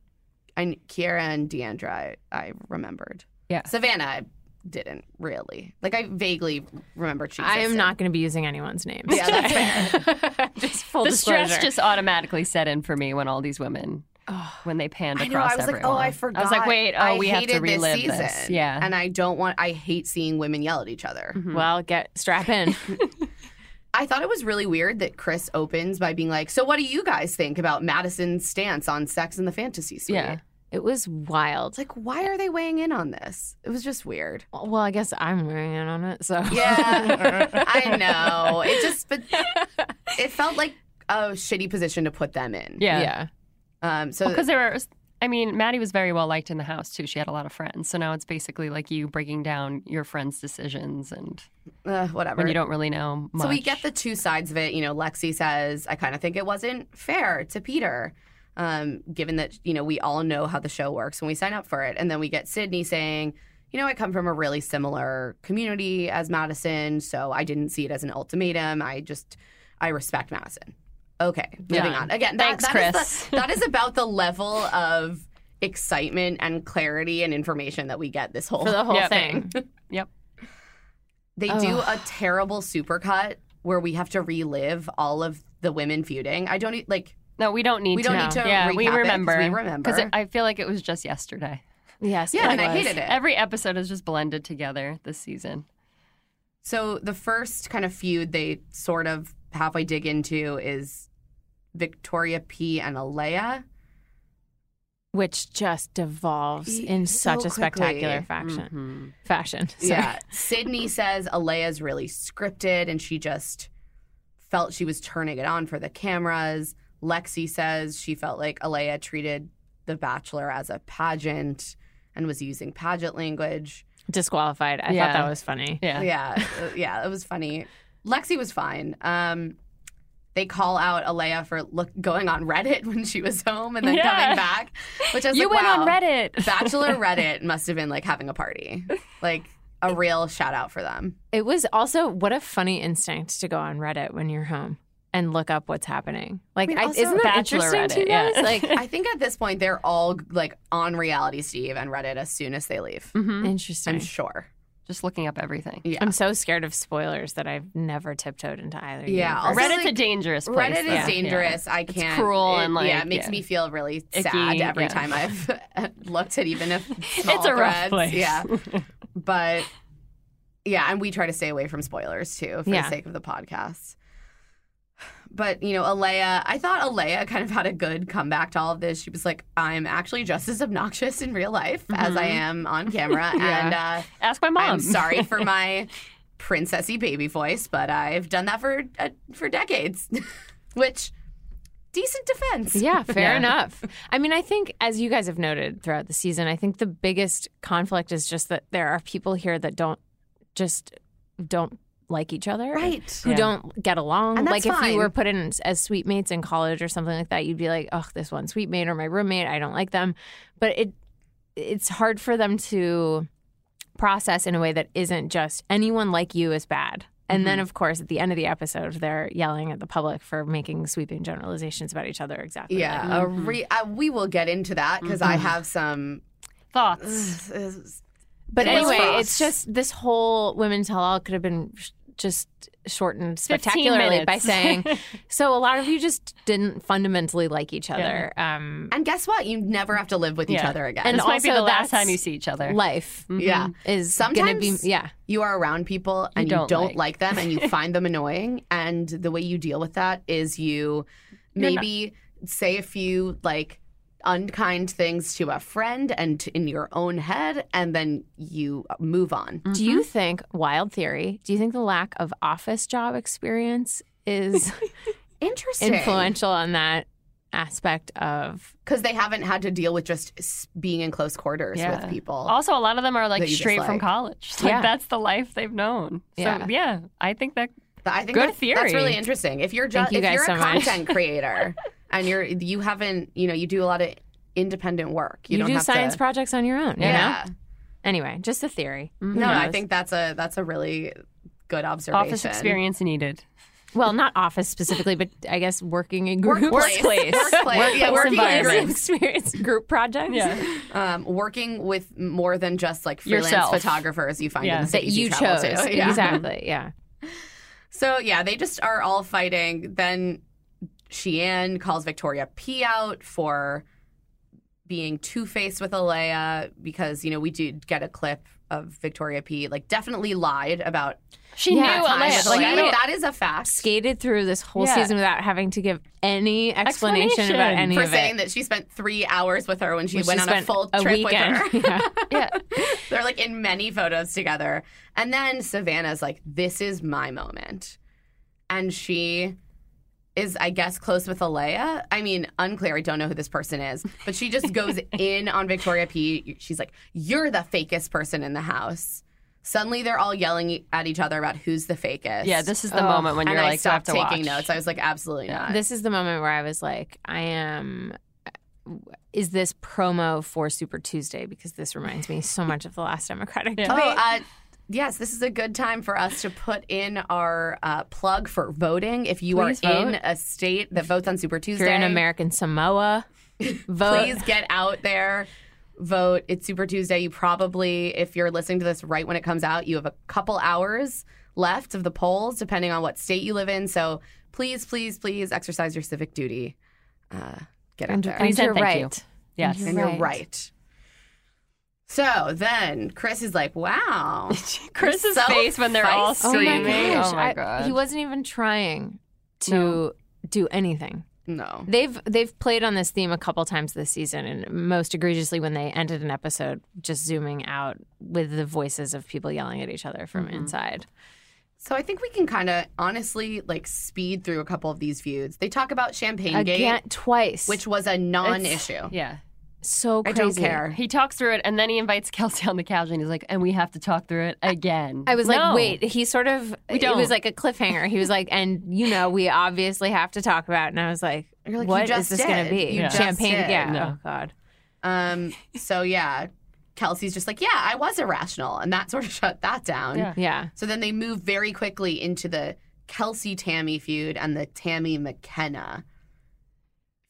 I Kiara and Deandra I, I remembered.
Yeah.
Savannah I didn't really. Like I vaguely remembered she
I am
existed.
not going to be using anyone's names.
Yeah, that's
today. just full
the
disclosure.
stress just automatically set in for me when all these women when they panned
I
across
know. I was
everyone.
like, oh, I forgot.
I was like, wait, oh,
I
we have
hated
to relive
this
this.
season.
Yeah. Mm-hmm.
and I don't want. I hate seeing women yell at each other.
Mhm.
Mm. Well, get strap in.
I thought it was really weird that Chris opens by being like, "So, what do you guys think about Madison's stance on sex in the fantasy suite?"
Yeah.
it was wild.
It's like, why are they weighing in on this? It was just weird.
Well, I guess I'm wearing it on it, so
Yeah, I know. It just, but it felt like a shitty position to put them in.
yeah.
yeah.
Um. So
Because there were, I mean, Maddie was very well liked in the house too. She had a lot of friends. So now it's basically like you breaking down your friends' decisions and
uh, whatever.
when you don't really know much.
So we get the two sides of it. You know, Lexi says, I kind of think it wasn't fair to Peter, um, given that, you know, we all know how the show works when we sign up for it. And then we get Sydney saying, you know, I come from a really similar community as Madison, so I didn't see it as an ultimatum. I just, I respect Madison. Okay, moving
Yeah.
on. Again, that,
Thanks,
that is the-
Chris.
that is about the level of excitement and clarity and information that we get this whole
For the whole
Yeah.
thing.
they
Ugh.
do a terrible supercut where we have to relive all of the women feuding. I don't e- like.
no, we don't need
We
to.
don't need to
Yeah, we
recap it 'cause
remember.
we remember.
Because I feel like it was just yesterday.
Yes.
Yeah,
it
and I
was.
hated it.
Every episode is just blended together this season.
So the first kind of feud they sort of halfway dig into is Victoria P and Alea.
Which just devolves
Y-
in
so
such a spectacular
quickly. Mm.
faction.
Mhm.
Fashion. Sorry.
Yeah, Sydney says Alea's really scripted, and she just felt she was turning it on for the cameras. Lexi says she felt like Alea treated The Bachelor as a pageant and was using pageant language.
Disqualified. I
Yeah.
thought that was funny.
Yeah.
yeah, uh, yeah, it was funny. Lexi was fine. Um, they call out Alea for look going on Reddit when she was home and then
Yeah.
coming back, which I was
You
like,
went
wow,
on Reddit.
Bachelor Reddit must have been like having a party, like a real shout out for them.
It was also what a funny instinct to go on Reddit when you're home and look up what's happening. Like,
mean,
I
also-
isn't that
Bachelor
interesting to you
Reddit, yeah.
guys? Like,
I think at this point they're all like on reality Steve and Reddit as soon as they leave.
Mhm.
interesting.
I'm
I'm,
sure.
Just looking up everything.
Yeah.
so scared of spoilers that I've never tiptoed into either.
Yeah,
universe.
Also,
Reddit's a
like,
dangerous place.
Reddit
though.
is dangerous. I can't.
cruel
it-
and, like,
yeah, it makes
yeah.
me feel really
Icky,
sad every
yeah.
time I've looked at even if small
It's a rough
threads.
place.
Yeah, but yeah, and we try to stay away from spoilers too for the
Yeah.
sake of the podcast. But you know, Alea, I thought Alea kind of had a good comeback to all of this. She was like, "I'm actually just as obnoxious in real life as
Mm-hmm.
I am on camera," and uh,
Ask my mom.
I'm sorry for my princessy baby voice, but I've done that for uh, for decades. Which decent defense.
Yeah, fair
Yeah.
enough. I mean, I think as you guys have noted throughout the season, I think the biggest conflict is just that there are people here that don't just don't like each other.
Right.
Who
Yeah.
don't get along.
And
like
that's
if
fine.
you were put in as sweet mates in college or something like that, you'd be like, "Oh, this one sweet mate or my roommate, I don't like them." But it it's hard for them to process in a way that isn't just anyone like you is bad. And then,
Mm-hmm.
of course, at the end of the episode, they're yelling at the public for making sweeping generalizations about each other. Exactly. like
Yeah, a re- uh, we will get into that because I have some. Mm.
Thoughts.
But
It was
anyway,
fast.
it's just this whole women tell all could have been sh- just shortened
15
spectacularly by
minutes.
saying, so a lot of you just didn't fundamentally like each other. Um,
And guess what? You never have to live with each
Yeah.
other again.
And
this might be
also
the last
that's-
time you see each other. Mm-hmm.
life mm,
yeah,
is gonna be
Sometimes-
yeah.
you are around people and you don't,
don't
like.
like.
them and you find them annoying and the way you deal with that is you maybe say a few like unkind things to a friend and t- in your own head and then you move on
Do you think wild theory? Do you think the lack of office job experience is
interesting
influential on that aspect of
because they haven't had to deal with just s- being in close quarters
Yeah.
with people
Mm-hmm. Also, a lot of them are
That
like
you
straight from
dislike.
college. Like
Yeah.
that's the life they've known. So
Yeah.
yeah, I think that
Th- I think
Good
that's, that's
theory.
really interesting. If you're just
Thank you
if
guys
you're
so
a
much.
content creator and you're you haven't you know you do a lot of independent work. You,
you,
don't
do
have
science
to,
projects on your own? you know?
Yeah.
Anyway, just a theory.
No, I
knows?
think that's a that's a really good observation.
office experience needed.
Well, not office specifically, but I guess working in groups.
Workplace. Workplace. Workplace. Yeah, working in
environment.
groups.
experience group projects
Yeah.
Um, working with more than just like freelance
Yourself.
photographers you find in
Yeah.
the
That
that
cities
you
travel
chose.
To. Yeah.
Exactly. Yeah.
So yeah, they just are all fighting. Then Sheehan calls Victoria P out for being two faced with Alea because, you know, we did get a clip of Victoria P. Like, definitely lied about
She
Yeah,
knew
time
Alea.
with
Like,
Alea.
I don't-
that is a fact.
skated through this whole
Yeah.
season without having to give any explanation,
Explanation.
about any
for
of
saying
it.
that she spent three hours with her when she
Which
went on a
spent
full trip with her.
Yeah.
yeah.
They're like in many photos together. And then Savannah's like, this is my moment. And she is, I guess, close with Alea. I mean, unclear. I don't know who this person is, but she just goes in on Victoria P. She's like, you're the fakest person in the house. Suddenly they're all yelling at each other about who's the fakest.
Yeah, this is the moment when
and
you're
I
like, you have
stopped
to
taking
watch.
notes. I was like, absolutely
Yeah.
not.
This is the moment where I was like, I am. Is this promo for Super Tuesday? Because this reminds me so much of the last Democratic
Yeah.
debate.
Oh, uh, yes, this is a good time for us to put in our uh, plug for voting. If you
Please
are
vote.
in a state that votes on Super
if
Tuesday,
you're in American Samoa, vote.
please get out there. Vote. It's Super Tuesday. You probably, if you're listening to this right when it comes out, you have a couple hours left of the polls, depending on what state you live in. So please, please, please exercise your civic duty. Uh, get out
And,
there.
and
You said
you're
thank you.
right.
Yes.
and you're right. So then Chris is like, wow.
Chris's
So
face when they're all
feisty. Oh
Oh my
screaming.
gosh.
Oh my
I-
god.
he wasn't even trying to
No.
do anything.
No.
They've they've played on this theme a couple times this season, and most egregiously when they ended an episode just zooming out with the voices of people yelling at each other
Mm-hmm.
from inside.
So I think we can kind of honestly like speed through a couple of these feuds. They talk about Champagne
Again,
Gate,
twice.
which was a non-issue.
yeah.
so
I
crazy.
don't care.
He talks through it and then he invites Kelsey on the couch and he's like, and we have to talk through it again.
I was like,
No.
wait. He sort of
We
it
don't.
was like a cliffhanger. He was like, and you know, we obviously have to talk about. It. And I was like,
You're like, you
what is
just
this going
did.
to be?
You
Yeah. just
Champagne?
did.
Yeah.
No.
Oh God.
Um. So yeah, Kelsey's just like, yeah, I was irrational, and that sort of shut that down.
Yeah.
Yeah.
So then they move very quickly into the Kelsey Tammy feud and the Tammy McKenna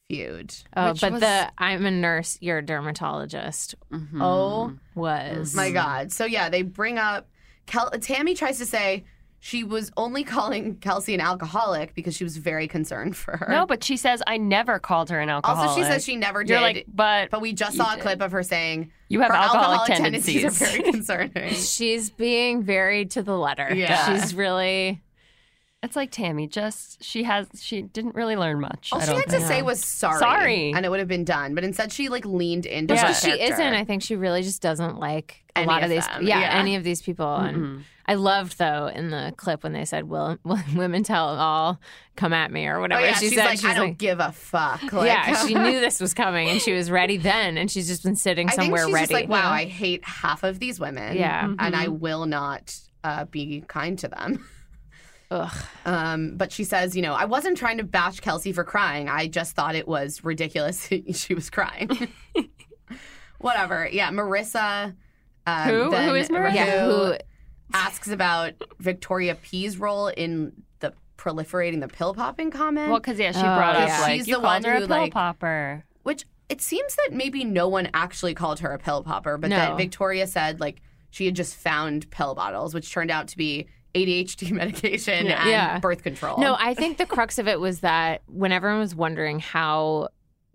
feud.
Oh,
Which
but
was-
the I'm a nurse, you're a dermatologist
Mhm.
Oh
was
My God. So yeah, they bring up Kel- Tammy tries to say she was only calling Kelsey an alcoholic because she was very concerned for her.
No, but she says, I never called her an alcoholic.
also she says she never did.
You're like, but,
but we just
you
saw a
did.
clip of her saying
you have
her
alcoholic,
tendencies.
tendencies.
are very concerning.
She's being very to the letter.
Yeah.
She's really
it's like Tammy, just, she has, she didn't really learn much.
All
I
she
don't
had to
think.
say was sorry,
Sorry.
and it would have been done. But instead, she like leaned into.
But
her
she
character.
isn't. I think she really just doesn't like a
Any
lot
of
of these
them.
Yeah,
Yeah. Mm-hmm.
any of these people. And I loved though in the clip when they said will, will women tell all come at me or
Oh
whatever
yeah,
she
she's
said.
like,
she's
I don't
like-
give a fuck. Like,
yeah, she knew this was coming and she was ready then and she's just been sitting
I think
somewhere
she's
ready.
just like, wow, I hate half of these women.
Yeah. Mm-hmm.
and I will not uh, be kind to them.
Ugh.
Um, but she says, you know, I wasn't trying to bash Kelsey for crying. I just thought it was ridiculous she was crying. Whatever. Yeah, Marissa. Um,
Who?
then
Who is Marissa?
Yeah, who
asks about Victoria P's role in the proliferating the pill popping comment,
Well, because, yeah, she
Oh,
brought up,
yeah.
like,
She's
you
the one
called her a
who,
pill
like-
popper.
which it seems that maybe no one actually called her a pill popper, but
No.
that Victoria said like she had just found pill bottles, which turned out to be ADHD medication and
Yeah.
birth control.
No, I think the crux of it was that when everyone was wondering how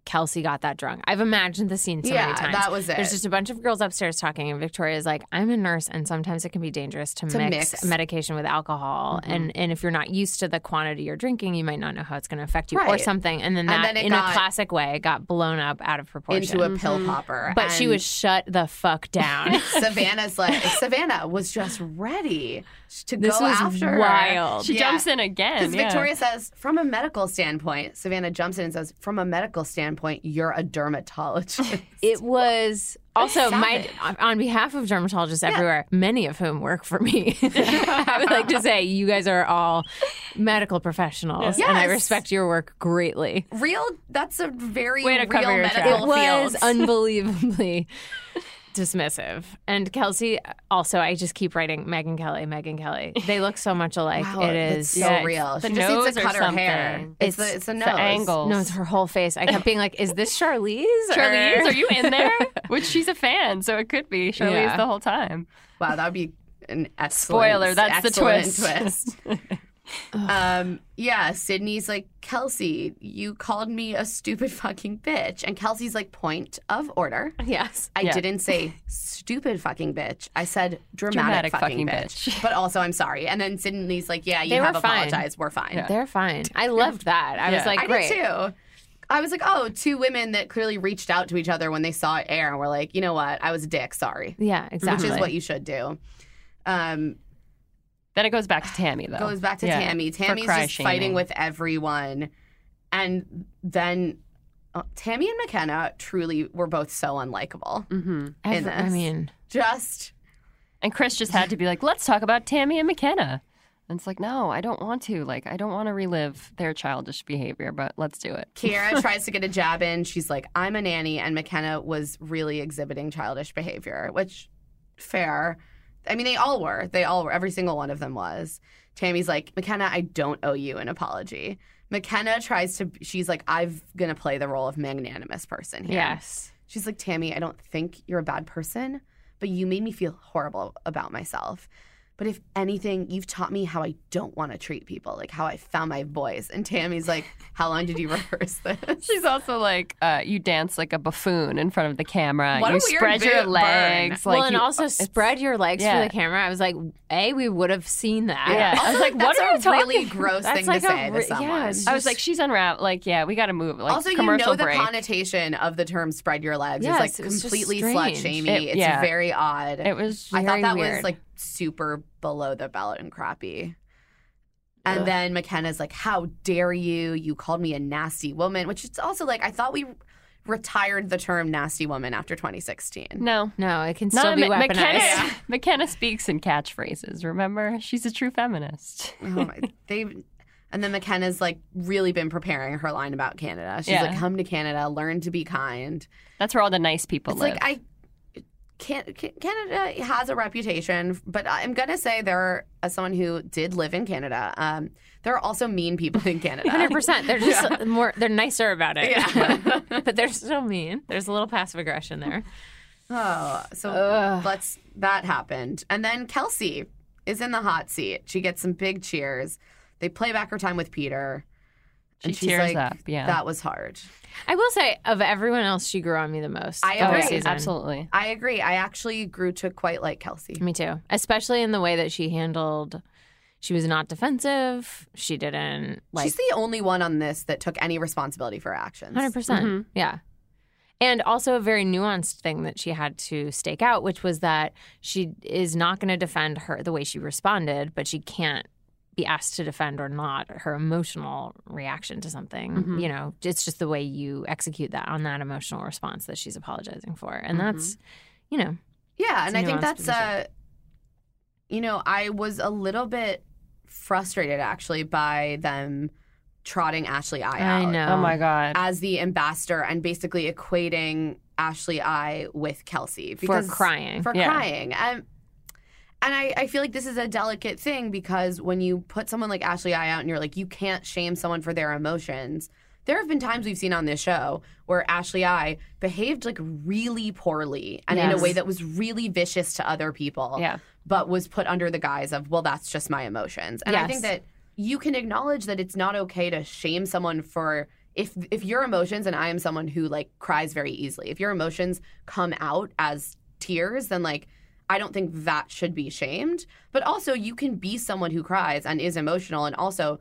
Kelsey got that drunk, I've imagined the scene so
yeah,
many times.
that was it.
There's just a bunch of girls upstairs talking, and Victoria's like, "I'm a nurse, and sometimes it can be dangerous to,
To
mix,
mix. Mm-hmm.
medication with alcohol, and and if you're not used to the quantity you're drinking, you might not know how it's going to affect you or
Right.
something." And then
And
that,
then it
in
got-
a classic way, got blown up out of proportion. Mm-hmm.
into a pill popper.
but she
and-
was shut the fuck down.
Savannah's like Savannah was just ready to
this
go
was
after
wild.
She
Oh, Yeah.
jumps in again.
Because
Yeah.
Victoria says, from a medical standpoint, Savannah jumps in and says, from a medical standpoint, you're a dermatologist.
It was also my
Savage.
on behalf of dermatologists everywhere, many of whom work for me. I would like to say you guys are all medical professionals, and I
Yes.
respect your work greatly.
real, that's a very
Way to
real
cover your
medical
tracks.
It
field.
was unbelievably dismissive. And Kelsey, also, I just keep writing Megan Kelly, Megan Kelly. They look so much alike.
wow,
it
that's
is
so
yeah,
real.
the
She just needs
nose
to
or
cut her hair.
something.
It's,
It's
the, it's the
the
nose.
angles.
no, it's her whole face. I kept being like, "Is this Charlize? or-
Charlize, are you in there? Which she's a fan, so it could be Charlize
Yeah.
the whole time.
Wow, that would be an excellent
Spoiler, that's the
excellent
twist.
twist. Um, yeah, Sydney's like, Kelsey, you called me a stupid fucking bitch. And Kelsey's like, point of order.
yes.
I
Yeah.
didn't say stupid fucking bitch. I said dramatic,
Dramatic
fucking,
fucking
bitch. But also, I'm sorry. And then Sydney's like, yeah, you
They were
have
fine.
apologized. We're fine.
They're fine. I loved that. I was
Yeah.
like,
I
great.
did too. I was like, oh, two women that clearly reached out to each other when they saw it air and were like, you know what? I was a dick. Sorry.
Yeah, exactly.
Which is what you should do. Um,
Then it goes back to Tammy though.
goes back to
Yeah.
Tammy.
For
Tammy's
cry
just fighting
shaming.
with everyone. And then uh, Tammy and McKenna truly were both so unlikable.
Mhm.
Every-
in
I
this.
mean,
Just
And Chris just had to be like, let's talk about Tammy and McKenna. And it's like, no, I don't want to. Like, I don't want to relive their childish behavior, but let's do it.
Kiara tries to get a jab in. She's like, I'm a nanny. And McKenna was really exhibiting childish behavior, which fair. I mean, they all were. They all were. Every single one of them was. Tammy's like, McKenna, I don't owe you an apology. McKenna tries to, she's like, I'm going to play the role of magnanimous person here.
yes.
She's like, Tammy, I don't think you're a bad person, but you made me feel horrible about myself. But if anything, you've taught me how I don't want to treat people, like how I found my voice. And Tammy's like, How long did you rehearse this?
She's also like, uh, you dance like a buffoon in front of the camera.
What
you
a weird
spread your
bit- burn.
legs. Like
well, and
you-
also
it's-
spread your legs
yeah.
for the camera. I was like, A, we would have seen that.
Yeah. I was like,
that's
what are you
a
talking?
really gross
That's
thing
like
to
a
say to
re-
someone.
yeah, it's
I was like, she's unwrapped. Like, yeah, we got to move. Like,
also, you know
commercial
the
break.
connotation of the term spread your legs
Yes,
is
it
like
was just
completely
strange.
slut shamey.
It-
It's
yeah.
very odd.
it was.
I thought
very
that
weird.
was like super below the belt and crappy. And then McKenna's like, "How dare you? You called me a nasty woman," which is also like I thought we retired the term "nasty woman" after 2016.
no.
No, it can still
Not
be
Ma-
weaponized.
McKenna. McKenna speaks in catchphrases. Remember, she's a true feminist.
Oh my, they. And then McKenna's like really been preparing her line about Canada. She's
Yeah.
like, "Come to Canada, learn to be kind."
That's where all the nice people
It's
live.
like I can't. Can, Canada has a reputation, but I'm gonna say there, as someone who did live in Canada, um, there are also mean people in Canada.
Hundred percent. They're just more. They're nicer about it.
Yeah.
but they're still mean. There's a little passive aggression there.
Oh, so let's that happened. And then Kelsey is in the hot seat. She gets some big cheers. They play back her time with Peter.
She tears up, yeah.
That was hard.
I will say, of everyone else, she grew on me the most.
I
this
agree.
season.
absolutely.
I agree. I actually grew to quite like Kelsey.
Me too. Especially in the way that she handled. She was not defensive. She didn't like.
She's the only one on this that took any responsibility for her actions.
Hundred percent. Yeah. And also a very nuanced thing that she had to stake out, which was that she is not going to defend her the way she responded, but she can't be asked to defend or not her emotional reaction to something. You know, it's just the way you execute that on that emotional response that she's apologizing for, and that's, you know,
Yeah,
It's
and
a
I think
nuanced
that's uh you know, I was a little bit frustrated actually by them trotting Ashley I out.
I know.
Oh
Um,
my god.
as the ambassador and basically equating Ashley I with Kelsey
for crying.
for
Yeah.
crying. Um, and I, I feel like this is a delicate thing because when you put someone like Ashley I out and you're like, you can't shame someone for their emotions. There have been times we've seen on this show where Ashley I behaved like really poorly and in
Yes.
a way that was really vicious to other people
Yeah.
but was put under the guise of, well, that's just my emotions. And I
Yes.
think that you can acknowledge that it's not okay to shame someone for if if your emotions and I am someone who like cries very easily. If your emotions come out as tears, then like I don't think that should be shamed. But also you can be someone who cries and is emotional and also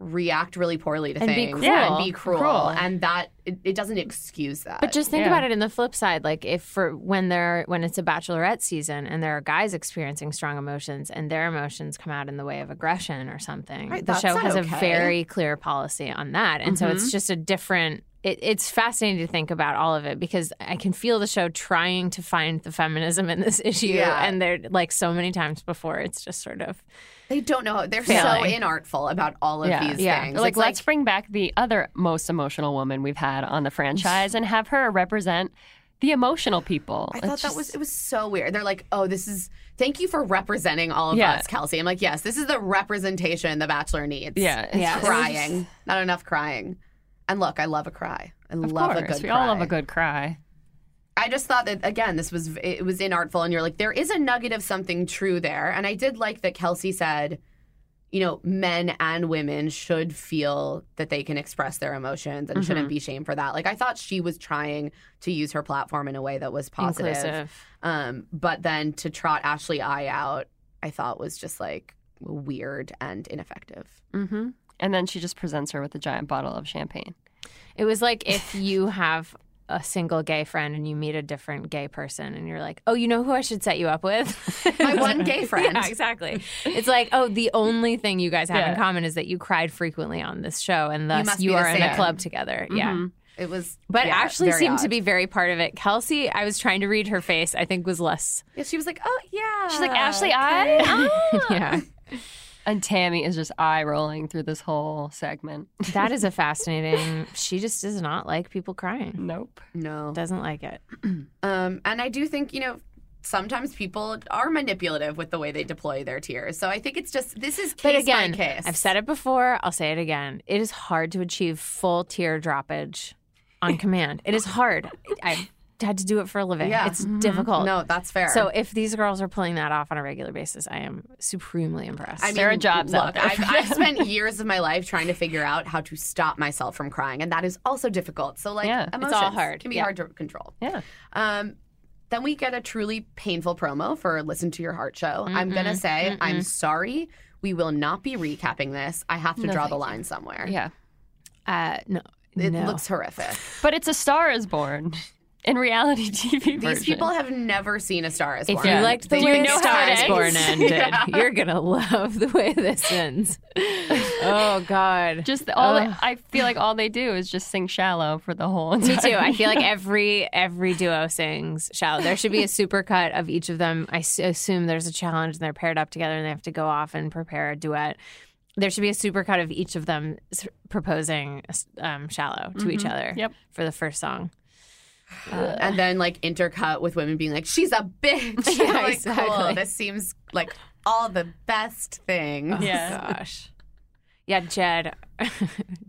react really poorly to
And be
things
cruel.
and be cruel,
Cruel.
and that it, it doesn't excuse that.
But just think
Yeah.
about it in the flip side. Like if for when they're when it's a bachelorette season and there are guys experiencing strong emotions and their emotions come out in the way of aggression or something,
Right,
the
that's
show
not
has a
okay. Mm-hmm.
very clear policy on that. And so it's just a different. It, it's fascinating to think about all of it because I can feel the show trying to find the feminism in this issue,
Yeah.
and they're like so many times before. It's just sort of
they don't know they're
Failing.
so inartful about all of
Yeah.
these
Yeah.
things.
They're like,
It's
let's bring back the other most emotional woman we've had on the franchise and have her represent the emotional people.
I
It's
thought that
just-
was it was so weird. They're like, "Oh, this is thank you for representing all of
Yeah.
us, Kelsey." I'm like, "Yes, this is the representation the Bachelor needs."
Yeah, it's
Yeah.
just-
crying, not enough crying. And look, I love a cry. I
Of
love a
course,
good.
we
cry.
all love a good cry.
I just thought that again, this was it was inartful, and you're like, there is a nugget of something true there, and I did like that Kelsey said. you know, men and women should feel that they can express their emotions and shouldn't
Mhm.
be shamed for that. Like I thought she was trying to use her platform in a way that was positive.
Inclusive.
Um, but then to trot Ashley I out, I thought was just like weird and ineffective.
Mm-hmm. And then she just presents her with a giant bottle of champagne.
It was like if you have a single gay friend and you meet a different gay person and you're like, oh, you know who I should set you up with?
My one gay friend.
Yeah, exactly. It's like, oh, the only thing you guys have in
Yeah.
common is that you cried frequently on this show and thus
must
you,
be the
are in a
same.
club together. Yeah.
Mhm.
It was,
But
yeah,
Ashley
very
seemed
odd.
to be very part of it. Kelsey, I was trying to read her face, I think was less.
Yeah, she was like, "Oh yeah."
She's like, Ashley, I.
yeah.
And Tammy is just eye rolling through this whole segment.
That is a fascinating. She just does not like people crying.
Nope.
No.
Doesn't like it.
Um, and I do think you know sometimes people are manipulative with the way they deploy their tears. So I think it's just this is case
But again,
by case.
I've said it before. I'll say it again. It is hard to achieve full tear droppage on command. It is hard. I had to do it for a living.
Yeah. Mm-hmm.
It's difficult.
No, that's fair.
So if these girls are pulling that off on a regular basis, I am supremely impressed.
I mean,
there are jobs
look,
out there
I've,
for
I've
them.
spent years of my life trying to figure out how to stop myself from crying, and that is also difficult. So like,
Yeah. It's
emotions
all hard.
Can be
Yeah.
hard to control.
Yeah.
Um, then we get a truly painful promo for Listen to Your Heart show. I'm going to
Mm-mm.
say, I'm
Mm-mm.
sorry. We will not be recapping this. I have to
No,
draw
thank
the
you.
line somewhere.
Yeah.
uh, no,
It
no.
looks horrific.
But it's a Star is Born in reality TV version.
These people have never seen a Star is
If
Born.
you
Yeah.
liked the
They
way
you
know
how
Star
it
is
ends?
Born ended,
Yeah.
you're gonna love the way this ends. Oh God.
just all.
Ugh.
I feel like all they do is just sing "Shallow" for the whole.
Me
Entire
too. I feel like every every duo sings "Shallow." There should be a supercut of each of them. I s- assume there's a challenge and they're paired up together and they have to go off and prepare a duet. There should be a supercut of each of them s- proposing um, "Shallow" to each
Mhm.
other
Yep.
for the first song.
and then like intercut with women being like, "She's a bitch."
Yeah,
I'm like,
exactly.
cool. This seems like all the best things.
Yeah.
Oh, Gosh. Yeah, Jed.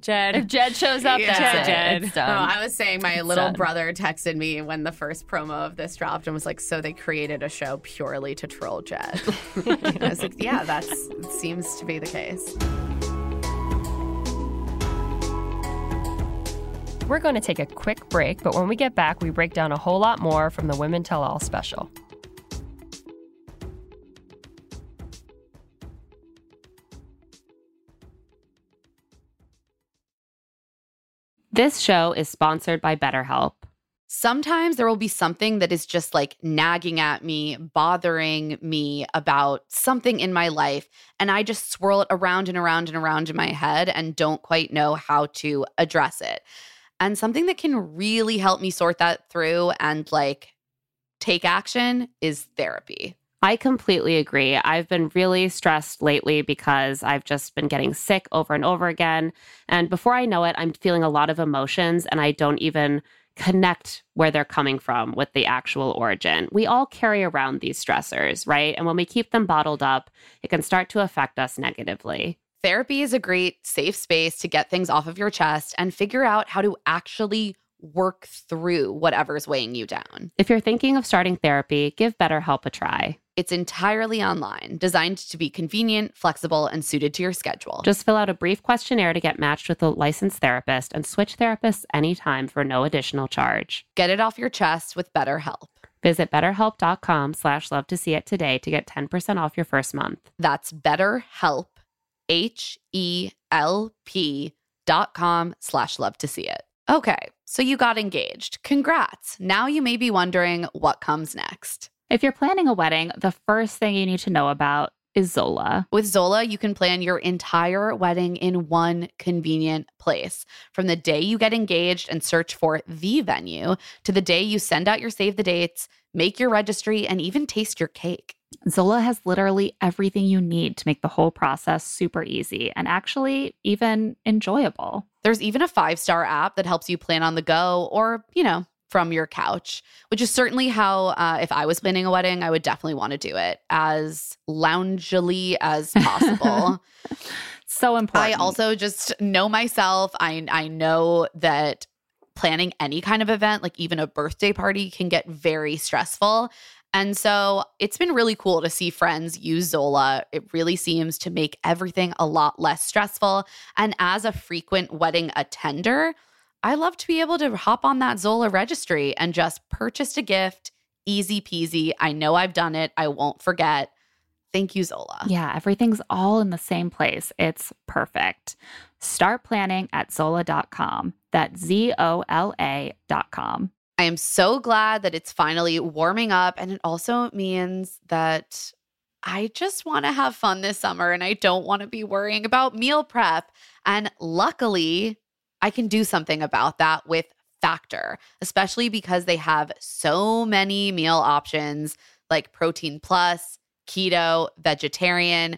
Jed.
If Jed shows up,
Yeah.
that's
Jed,
it.
Jed.
It's
Oh,
done.
I was saying my little
done.
brother texted me when the first promo of this dropped and was like, "So they created a show purely to troll Jed." And I was like, "Yeah, that seems to be the case."
We're going to take a quick break, but when we get back, we break down a whole lot more from the Women Tell All special.
This show is sponsored by BetterHelp.
Sometimes there will be something that is just like nagging at me, bothering me about something in my life. And I just swirl it around and around and around in my head and don't quite know how to address it. And something that can really help me sort that through and like take action is therapy.
I completely agree. I've been really stressed lately because I've just been getting sick over and over again. And before I know it, I'm feeling a lot of emotions and I don't even connect where they're coming from with the actual origin. We all carry around these stressors, right? And when we keep them bottled up, it can start to affect us negatively.
Therapy is a great safe space to get things off of your chest and figure out how to actually work through whatever's weighing you down.
If you're thinking of starting therapy, give BetterHelp a try.
It's entirely online, designed to be convenient, flexible, and suited to your schedule.
Just fill out a brief questionnaire to get matched with a licensed therapist and switch therapists anytime for no additional charge.
get it off your chest with BetterHelp.
Visit betterhelp.com slash love to see it today to get 10% off your first month.
That's BetterHelp, H E L P dot com slash love to see it. Okay, so you got engaged. Congrats. Now you may be wondering what comes next.
If you're planning a wedding, the first thing you need to know about is Zola.
With Zola, you can plan your entire wedding in one convenient place. From the day you get engaged and search for the venue to the day you send out your save the dates, make your registry, and even taste your cake.
Zola has literally everything you need to make the whole process super easy and actually even enjoyable.
There's even a five star app that helps you plan on the go or, you know, from your couch, which is certainly how, uh, if I was planning a wedding, I would definitely want to do it as loungily as possible.
So
I
important.
also just know myself. I, I know that planning any kind of event, like even a birthday party, can get very stressful.
And so it's been really cool to see friends use Zola. It really seems to make everything a lot less stressful. And as a frequent wedding attender, I love to be able to hop on that Zola registry and just purchase a gift. Easy peasy. I know I've done it. I won't forget. Thank you, Zola.
Yeah, everything's all in the same place. It's perfect. Start planning at zola.com. That's Z O L A.com.
I am so glad that it's finally warming up. And it also means that I just want to have fun this summer and I don't want to be worrying about meal prep. And luckily, I can do something about that with Factor, especially because they have so many meal options like protein plus, keto, vegetarian,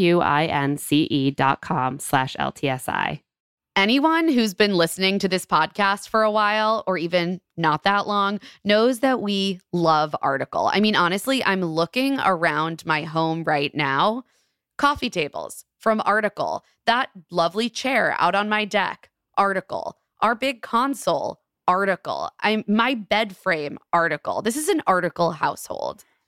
Q-U-I-N-C-E E dot com slash LTSI.
Anyone who's been listening to this podcast for a while, or even not that long, knows that we love Article. I mean, honestly, I'm looking around my home right now. Coffee tables from Article, that lovely chair out on my deck, Article, our big console, Article, I'm, my bed frame, Article. This is an Article household.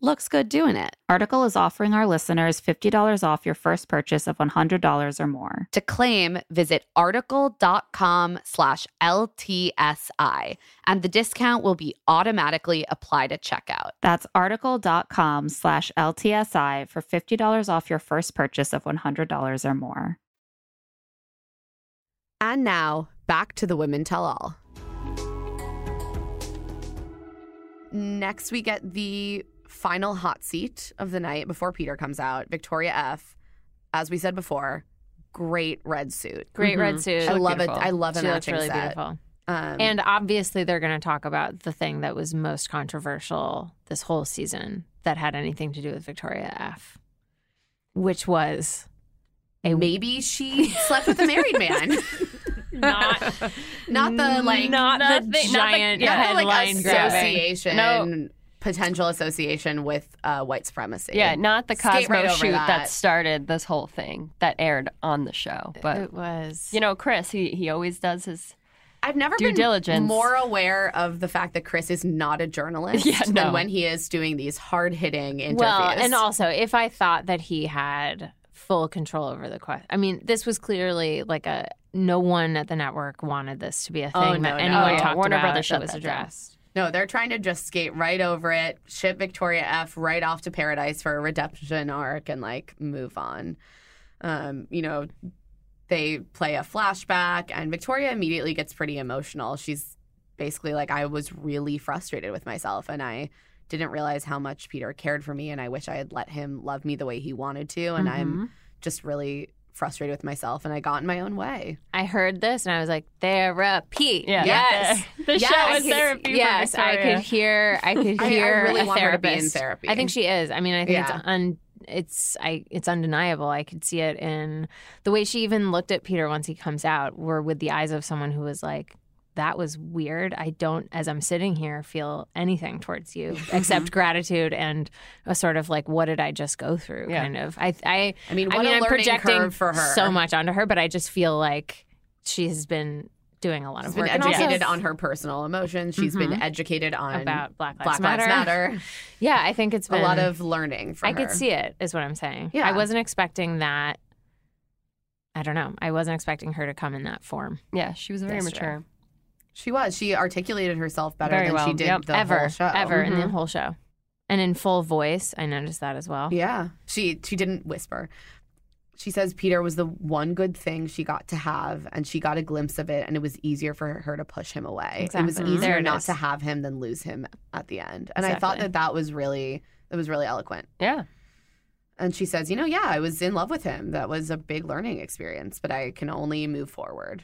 looks good doing it.
Article is offering our listeners $50 off your first purchase of $100 or more.
To claim, visit article.com slash LTSI, and the discount will be automatically applied at checkout.
That's article.com slash LTSI for $50 off your first purchase of $100 or more.
And now, back to the Women Tell All. Next, we get the final hot seat of the night before Peter comes out. Victoria F., as we said before, great red suit.
Great red
Mhm.
suit.
I love it. I love
She
an
looks
acting
really
set.
beautiful.
Um,
And obviously, they're going to talk about the thing that was most controversial this whole season that had anything to do with Victoria F, which was a
maybe she slept with a married man.
not
Not the like
not
not
the
the-
giant
not the, like
headline grabbing.
association
No.
potential association with uh, white supremacy.
Yeah, not the
Skate
Cosmo
right over
shoot that.
that.
started this whole thing that aired on the show. But
it was
you know, Chris, he he always does his
I've never
Due
been
diligence.
more aware of the fact that Chris is not a journalist
Yeah,
than
no.
when he is doing these hard hitting interviews.
well, and also if I thought that he had full control over the question, I mean, this was clearly like a no one at the network wanted this to be a thing
Oh, no, no.
that anyone
Oh, yeah.
talked
Warner
about
Brothers
that
shut
was
that down.
addressed.
no, they're trying to just skate right over it, ship Victoria F right off to paradise for a redemption arc, and like move on. Um, you know, they play a flashback, and Victoria immediately gets pretty emotional. She's basically like, I was really frustrated with myself, and I didn't realize how much Peter cared for me, and I wish I had let him love me the way he wanted to, and I'm
Mhm.
just really frustrated with myself and I got in my own way.
I heard this and I was like, therapy.
Yeah.
Yes.
The
Yes.
show
I
is
could-
therapy.
Yes,
for
I
Victoria.
could hear. I could
I- I
hear
really
a
want her to
therapist.
be in therapy.
I think she is. I mean, I think
Yeah.
it's un. It's I. It's undeniable. I could see it in the way she even looked at Peter once he comes out. Were with the eyes of someone who was like, "That was weird. I don't, as I'm sitting here, feel anything towards you except gratitude and a sort of like, what did I just go through?
Yeah.
Kind of. I. I.
I mean, what
I mean,
a
I'm
learning
projecting
curve for her.
so much onto her, but I just feel like she has been doing a lot
She's
of
been
work and
educated
also Mm-hmm.
on her personal emotions. She's been educated on
about Black Lives
Black Lives Matter.
Yeah, I think it's
a
been
lot of learning for
I
her.
could see it, is what I'm saying.
Yeah.
I wasn't expecting that. I don't know. I wasn't expecting her to come in that form.
yeah, she was very
Yesterday.
mature.
She was. She articulated herself better
Very
than she
well.
did
Yep.
the
ever,
whole show. Mm-hmm.
ever in the whole show, and in full voice. I noticed that as well.
Yeah. She she didn't whisper. She says Peter was the one good thing she got to have, and she got a glimpse of it, and it was easier for her to push him away. It was
Exactly.
easier
There it
not
is.
to have him than lose him at the end. And I thought
Exactly.
that that was really it was really eloquent.
Yeah.
And she says, You know, yeah, I was in love with him. That was a big learning experience, but I can only move forward.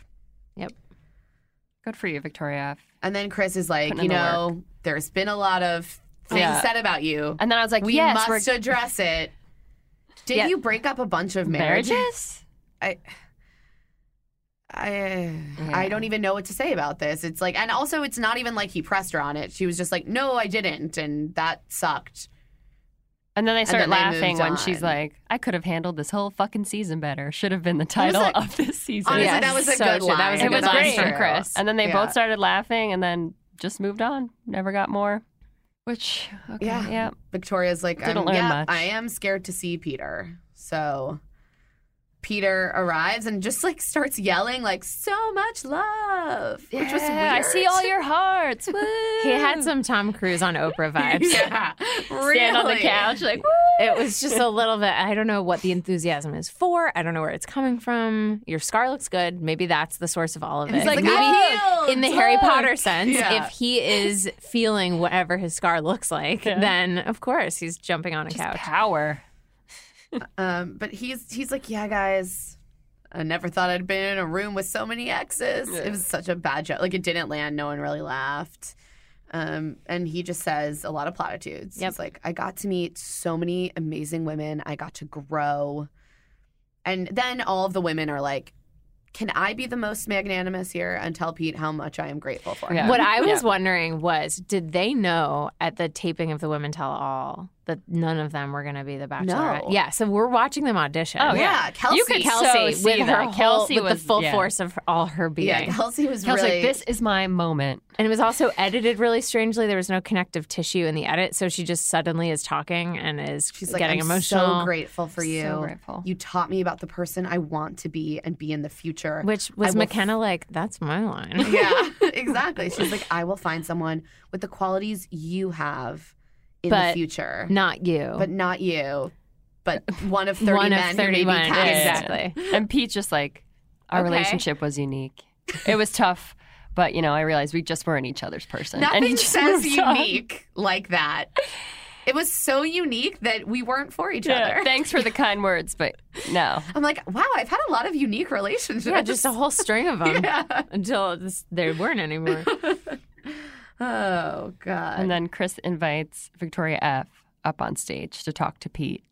Good for you, Victoria.
And then Chris is like,
Putting in
You
the
know, there's been a lot of things
Yeah.
said about you.
And then I was like,
we
yes,
must
we're
address it. Did
Yeah.
you break up a bunch of marriages?
marriages.
I, I don't even know what to say about this. It's like, and also, it's not even like he pressed her on it. She was just like, No, I didn't. And that sucked.
And then they start
then they
laughing
moved
when
on.
she's like, I could have handled this whole fucking season better. Should have been the title
like-
of this season.
Honestly,
Yes.
that was a
So
good
true. That
line.
was a
It
good line
true.
from
Chris.
And then they
Yeah.
both started laughing and then just moved on. Never got more. Which, okay,
Yeah.
yeah.
Victoria's like,
Didn't
I'm,
learn
yeah,
much.
I am scared to see Peter. So Peter arrives and just like starts yelling, like, so much love, which was weird.
I see all your hearts.
He had some Tom Cruise on Oprah vibes.
yeah, really.
Stand on the couch, like, woo!
It was just a little bit. I don't know what the enthusiasm is for. I don't know where it's coming from. Your scar looks good. Maybe that's the source of all of it.
He's like,
maybe
"I'm
he- in the Harry
healed."
Potter sense,
Yeah.
if he is feeling whatever his scar looks like, then of course he's jumping on a couch.
power.
Um, but he's he's like, yeah, guys, I never thought I'd been in a room with so many exes. It was such a bad joke. Like it didn't land. No one really laughed. Um, and he just says a lot of platitudes.
Yep.
He's like, I got to meet so many amazing women. I got to grow. And then all of the women are like, Can I be the most magnanimous here and tell Pete how much I am grateful for?
Yeah.
him?
What I was wondering was, did they know at the taping of the Women Tell All that none of them were going to be the Bachelorette?
No.
Yeah, so we're watching them audition.
Oh, yeah.
Kelsey.
You could Kelsey
so
with
see
her
that.
whole,
Kelsey
with
was-
the full
yeah.
force of all her being.
Yeah, Kelsey was
I was
really
like, this is my moment.
And it was also edited really strangely. There was no connective tissue in the edit, so she just suddenly is talking and is
She's like,
getting
I'm
emotional.
so grateful for you.
So grateful.
You taught me about the person I want to be and be in the future.
Which was
will
McKenna like, that's my line.
yeah, exactly. She's like, I will find someone with the qualities you have in the
But
future,
Not you.
but not you, but one of 30 men who may be
Yeah,
cast.
exactly.
And Pete's just like, our
Okay.
relationship was unique. It was tough, but you know, I realized we just weren't each other's person.
Nothing
and he just
says
moves on.
unique like that. It was so unique that we weren't for each
Yeah,
other.
thanks for the kind words, but no.
I'm like, wow, I've had a lot of unique relationships.
Yeah, just a whole string of them
Yeah.
until this, there weren't anymore.
Oh god.
And then Chris invites Victoria F up on stage to talk to Pete.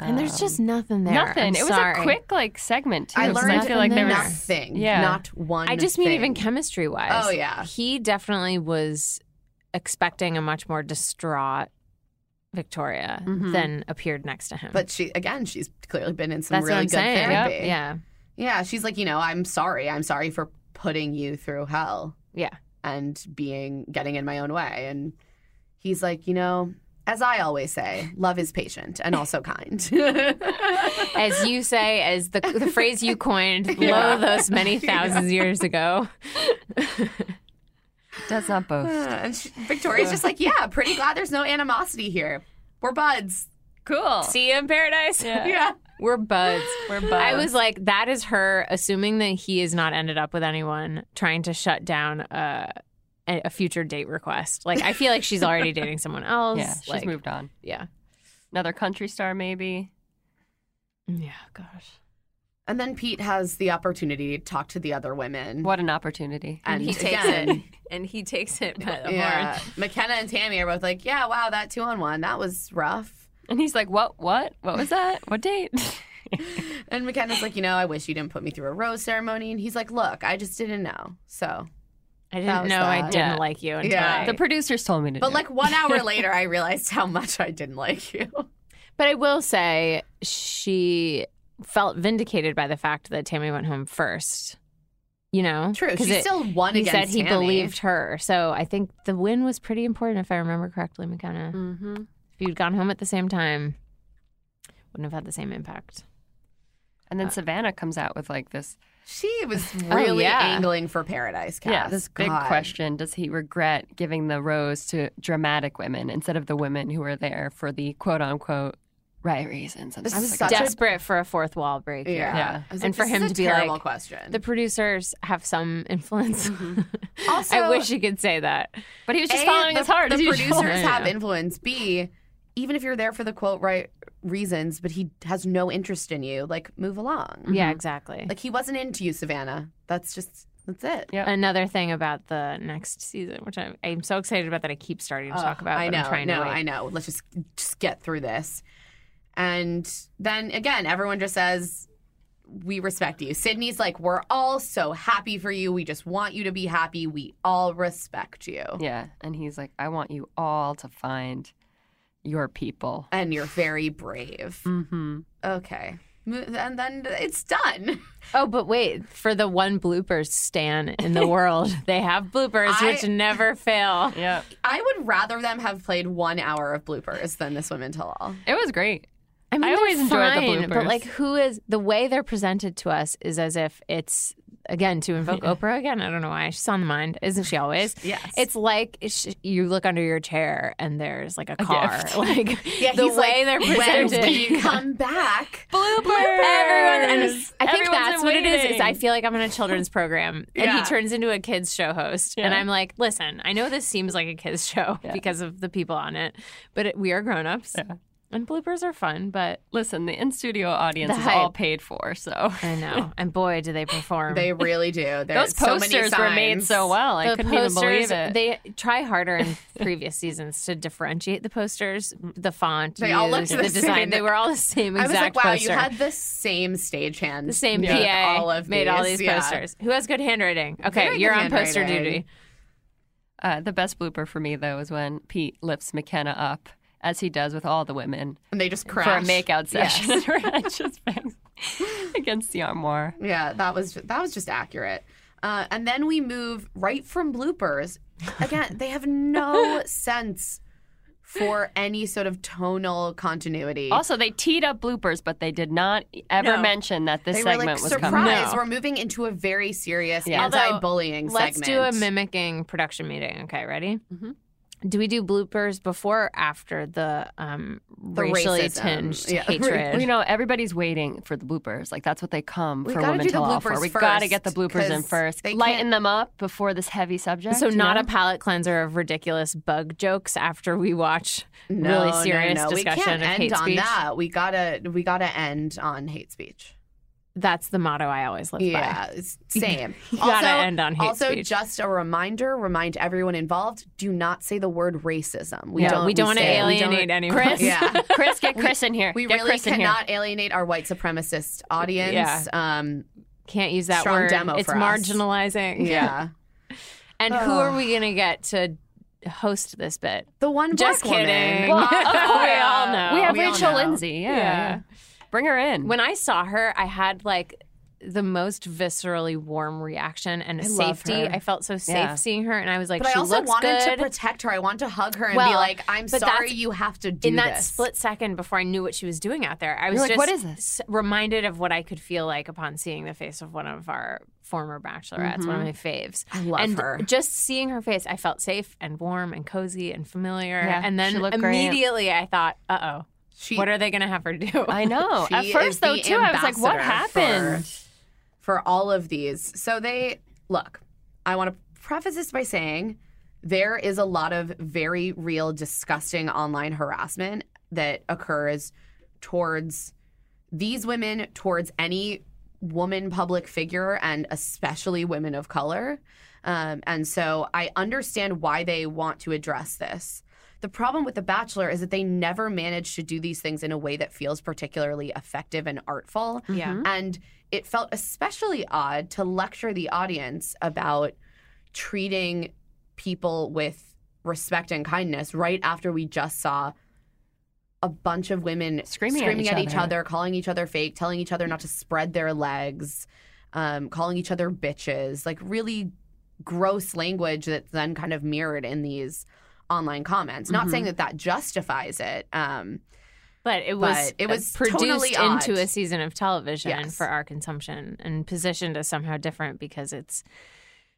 and there's just
Um,
nothing there.
nothing.
I'm
it was
sorry.
a quick like segment too.
I
'cause
learned
I feel like there was
nothing.
Yeah.
Not one.
I just mean
thing.
even chemistry wise.
Oh, yeah.
He definitely was expecting a much more distraught Victoria
Mhm.
than appeared next to him.
Mm-hmm. But she again, she's clearly been in some
that's
really
what I'm
good
saying.
therapy.
Yeah.
Yeah, she's like, you know, I'm sorry. I'm sorry for putting you through hell
Yeah.
and being getting in my own way. And he's like, you know, as I always say, love is patient and also kind.
As you say, as the the phrase you coined
Yeah.
low those many thousands years ago.
does not both.
and she, Victoria's just like, yeah, pretty glad there's no animosity here. We're buds.
Cool.
See you in paradise.
Yeah.
We're buds.
We're both.
I was like, that is her assuming that he has not ended up with anyone trying to shut down a, a a future date request. Like, I feel like she's already dating someone else.
yeah, she's
like,
moved on.
Yeah.
Another country star, maybe.
Yeah, gosh.
And then Pete has the opportunity to talk to the other women.
What an opportunity.
And,
he takes
again,
it. And he takes it by the
Yeah.
horn.
McKenna and Tammy are both like, yeah, wow, that two on one, that was rough.
And he's like, What what? What was that? What date?
And McKenna's like, you know, I wish you didn't put me through a rose ceremony. And he's like, look, I just didn't know. So,
I
That
didn't
was
know I
that.
didn't
Yeah.
like you until
Yeah.
I-
the producers told me to
but
do
like one hour later, I realized how much I didn't like you.
But I will say she felt vindicated by the fact that Tammy went home first. You know?
True.
'Cause
She
it-
still won
he said
against
he
Tammy.
believed her. So I think the win was pretty important, if I remember correctly, McKenna.
it. Mm-hmm.
If you'd gone home at the same time, wouldn't have had the same impact.
And then Savannah comes out with like this
She was really
Oh, yeah.
angling for Paradise Cast.
Yeah, this big
Oh, God.
question. Does he regret giving the rose to dramatic women instead of the women who were there for the quote unquote right reasons? I'm
This
just
is
like,
such a-
Desperate for a fourth wall break.
Yeah.
here.
Yeah.
I was
And
like,
for
this
him
is a
to be
terrible
like,
question.
The producers have some influence. I
Also-
wish you could say that.
Mm-hmm. but he was just
A,
following
the,
his heart.
The
as usual.
producers have
Yeah.
influence. B, even if you're there for the quote right reasons, but he has no interest in you, like move along.
Yeah, exactly.
Like he wasn't into you, Savannah. That's just that's it.
Yeah.
Another thing about the next season, which I'm, I'm so excited about that I keep starting to talk
Ugh,
about.
I
but
know.
I'm trying
no,
to wait.
I know. Let's just just get through this. And then again, everyone just says, "We respect you." Sydney's like, "We're all so happy for you. We just want you to be happy. We all respect you."
yeah, and he's like, I want you all to find your people.
And you're very brave.
Mm-hmm.
Okay. Mo- And then it's done.
Oh, but wait, for the one bloopers stan in the world, they have bloopers
I-
which never fail.
Yeah,
I would rather them have played one hour of bloopers than this women tell all.
it was great.
I mean,
I
they're
always enjoy the
fine, But
bloopers.
like, who is the way they're presented to us is as if it's again to invoke Oprah again. I don't know why she's on the mind, isn't she always?
Yes.
It's like it's, you look under your chair and there's like a, car.
gift.
Like the
he's
way they're
When
presented.
we come back,
Everyone, and I
Bloopers.
think
Everyone's
that's what it is. Is
waiting.
I feel like I'm in a children's program, and
Yeah.
he turns into a kids show host, and I'm like, listen, I know this seems like a kids show because of the people on it, but it, we are grown ups, And bloopers are fun, but
Listen, the in studio audience
The
is all
hype.
paid for, so
I know. and boy, do they perform.
They really do. There's
those posters
so many
were made
signs.
so well. I
the
couldn't
posters,
even believe it.
They try harder in previous seasons to differentiate the posters, the font,
They all
used,
looked the
design.
same.
They were all the same
I was
exact
like, wow,
poster.
you had the same stagehand.
the same
make
PA
all of
made all these
yeah.
posters. Who has good handwriting?
Very
Okay, you're
good
on poster
handwriting.
duty.
Uh, the best blooper for me though is when Pete lifts McKenna up, as he does with all the women,
And they just crashed.
for a makeout session. Her head just bangs against the armoire.
Yeah, that was that was just accurate. Uh, and then we move right from bloopers. Again, they have no sense for any sort of tonal continuity.
Also, they teed up bloopers, but they did not ever
No.
mention that this
they were
segment
like,
was coming.
surprise,
No.
we're moving into a very serious
Yeah.
Although,
anti-bullying
Let's
segment.
do a mimicking production meeting. Okay, ready?
Mhm.
Mm-hmm.
Do we do bloopers before or after the um
The
racially
racism.
tinged
Yeah.
hatred?
Well, you know, everybody's waiting for the bloopers. Like that's what they come
We
for
gotta
women
do
to
the
law for.
bloopers
We gotta get the
first,
bloopers in
'cause
first.
they
Lighten
can't-
them up before this heavy subject.
so
you
not
know?
a palate cleanser of ridiculous bug jokes after we watch
No,
really
no,
serious
no.
discussion
we can't
of
end
hate
on
speech.
that. We gotta we gotta end on hate speech.
That's the motto I always live by.
Yeah, it's- same.
You
also,
gotta end on hate
also
speech.
just a reminder, remind everyone involved: do not say the word racism. We
No,
don't.
we don't want to
say it. We
alienate anyone.
Chris,
Yeah.
Chris, get Chris in here.
We
Get
really
Chris in here.
cannot alienate our white supremacist audience.
Yeah.
Um,
Can't use that
Strong
word.
demo
it's
for us.
marginalizing.
yeah.
And who are
Ugh.
we gonna get to host this bit?
The one
Just
black woman.
kidding.
Well, of
Uh, We
course.
all know.
We have
We all
Rachel
know.
Lindsay. Yeah,
Yeah.
yeah. Bring her in.
When I saw her, I had like the most viscerally warm reaction and
I love
safety.
her.
I felt so safe
Yeah.
seeing her, and I was like,
But I
she
also
looks
wanted
good.
to protect her. I want to hug her and be
Well,
like, "I'm
but
sorry,
that's-
you have to do
in that
this."
split second before I knew what she was doing out there, I was
You're like,
just
"What is this?"
s- reminded of what I could feel like upon seeing the face of one of our former bachelorettes, one
Mm-hmm.
of my faves.
I love
and
her.
Just seeing her face, I felt safe and warm and cozy and familiar.
Yeah,
and then
she looked great.
immediately I thought, uh oh,
She,
what are they going to have her do?
I know.
She
At
is
first, though,
the
too, I was like, "What
ambassador
happened?"
for all of these. So they look, I want to preface this by saying there is a lot of very real, disgusting online harassment that occurs towards these women, towards any woman public figure, and especially women of color. Um, and so I understand why they want to address this. The problem with The Bachelor is that they never manage to do these things in a way that feels particularly effective and artful.
Yeah.
Mm-hmm.
And it felt especially odd to lecture the audience about treating people with respect and kindness right after we just saw a bunch of women
Screaming at
screaming
each
at, each,
other.
other. calling each other fake, telling each other not to spread their legs, um, calling each other bitches, like really gross language that's then kind of mirrored in these online comments. Not saying
Mm-hmm.
that that justifies it. Um,
But it was uh,
But it was
produced
totally
into
odd.
a season of television
Yes.
for our consumption and positioned as somehow different because it's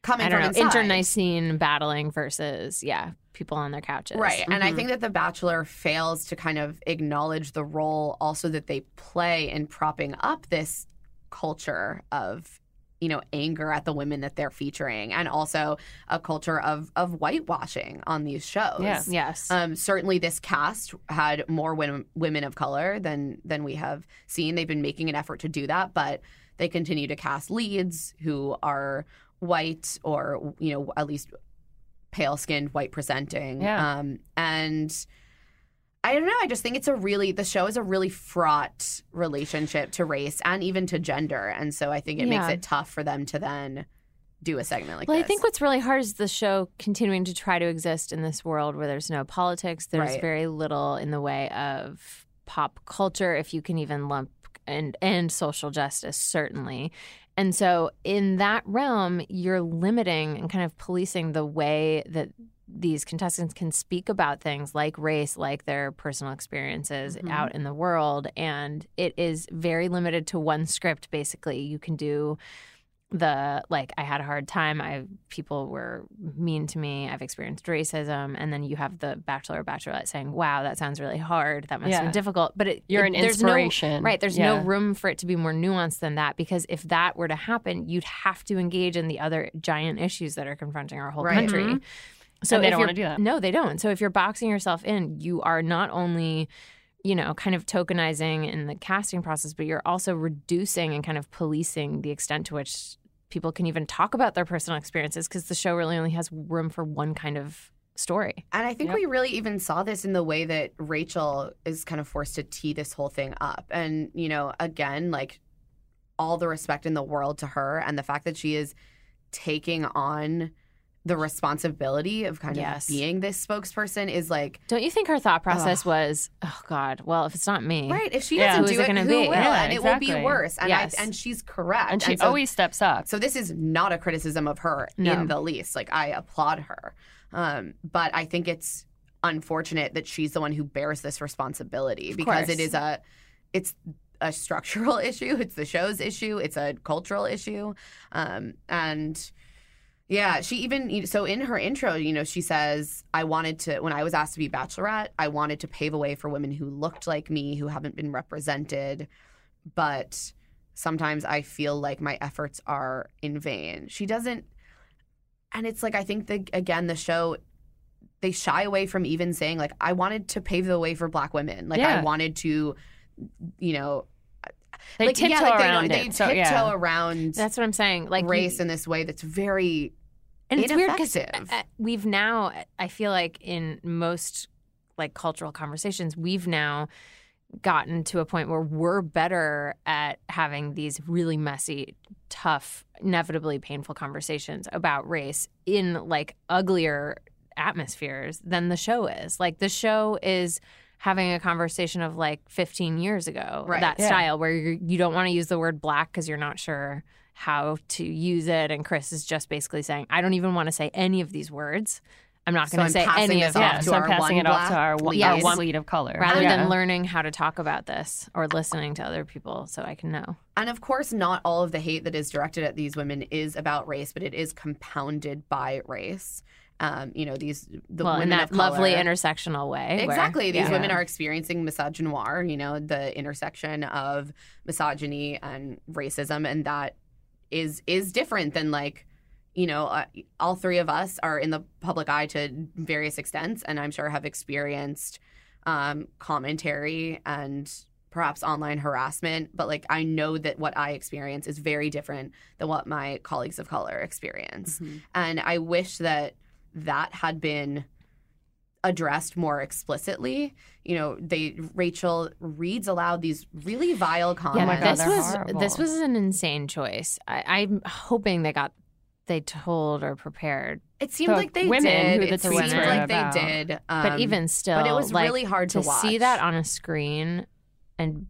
coming
I don't know
from inside.
internecine battling versus yeah people on their couches
Right. And I
Mhm.
think that The Bachelor fails to kind of acknowledge the role also that they play in propping up this culture of, you know, anger at the women that they're featuring and also a culture of of whitewashing on these shows.
Yeah.
yes
Um, certainly, this cast had more women women of color than than we have seen. They've been making an effort to do that, but they continue to cast leads who are white or you know at least pale skinned, white presenting.
Yeah.
Um, and I don't know. I just think it's a really the show is a really fraught relationship to race and even to gender, and so I think it
Yeah.
makes it tough for them to then do a segment like
well
this.
I think what's really hard is the show continuing to try to exist in this world where there's no politics there's
Right.
very little in the way of pop culture if you can even lump and and social justice certainly and so in that realm you're limiting and kind of policing the way that these contestants can speak about things like race, like their personal experiences
Mm-hmm.
Mhm.
out in the world. And it is very limited to one script, basically. You can do the like I had a hard time. I people were mean to me. I've experienced racism, and then you have the bachelor or bachelorette saying, "Wow, that sounds really hard. That must have
Yeah.
been difficult." But it,
You're
it-
an
there's no-
inspiration.
right? There's no
Yeah.
room for it to be more nuanced than that because if that were to happen, you'd have to engage in the other giant issues that are confronting our whole
Right.
country.
Mhm.
So
And they don't
if you're-
wanna do that.
No, they don't. So if you're boxing yourself in, you are not only you know, kind of tokenizing in the casting process, but you're also reducing and kind of policing the extent to which people can even talk about their personal experiences because the show really only has room for one kind of story.
And I think
Yep.
we really even saw this in the way that Rachel is kind of forced to tee this whole thing up. And, you know, again, like all the respect in the world to her and the fact that she is taking on the responsibility of kind
Yes.
of being this spokesperson is like,
Don't you think her thought process
Ugh.
was, oh God, well, if it's not me.
right, if she
Yeah.
doesn't
Who is
do
it
it,
gonna
who
be?
will?
Yeah,
and it will
exactly.
be worse. And,
Yes.
I, and she's correct.
And she
so
always steps up.
So this is not a criticism of her
No.
in the least. Like I applaud her, um, but I think it's unfortunate that she's the one who bears this responsibility because
course.
it is a, it's a structural issue. It's the show's issue. It's a cultural issue, um, and. Yeah, she even so in her intro, you know, she says, "I wanted to when I was asked to be bachelorette, I wanted to pave a way for women who looked like me who haven't been represented, but sometimes I feel like my efforts are in vain." She doesn't and it's like I think the again the show they shy away from even saying like I wanted to pave the way for black women. Like
Yeah.
I wanted to you know,
They
like
tiptoe
yeah, like they,
around
don't- they
it.
tiptoe
so, yeah.
around
That's what I'm saying. Like you-
race in this way that's very
and it's weird because
ineffective.
we've now i feel like in most like cultural conversations we've now gotten to a point where we're better at having these really messy tough inevitably painful conversations about race in like uglier atmospheres than the show is like the show is having a conversation of like 15 years ago
Right.
that
Yeah.
style where you're, you don't want to use the word black because you're not sure how to use it. And Chris is just basically saying, I don't even want to say any of these words. I'm not
So
going
I'm
to say
passing
any
this
of
off
them.
yeah,
to
so I'm
our
passing
one
it off to
black
our, one-
lead.
our
Yes.
one lead of color.
Rather
yeah.
than learning how to talk about this or listening to other people so I can know.
And of course, not all of the hate that is directed at these women is about race, but it is compounded by race. Um, you know, these the
well, in
women
that
of color-
lovely intersectional way. where-
Exactly. These
Yeah.
women are experiencing misogynoir, you know, the intersection of misogyny and racism, and that is is different than like, you know, uh, all three of us are in the public eye to various extents, and I'm sure have experienced um, commentary and perhaps online harassment. But like, I know that what I experience is very different than what my colleagues of color experience. And I wish that that had been addressed more explicitly. You know, they Rachel reads aloud these really vile
Oh
Yeah,
my
comments.
God,
this
they're
was this
horrible.
was an insane choice. I, I'm hoping they got they told or prepared,
it seemed
the
like they
women
did.
who the
it seemed
tweets were
like
about.
they did.
but
um,
even still,
but it was
like,
really hard to,
to
watch.
see that on a screen and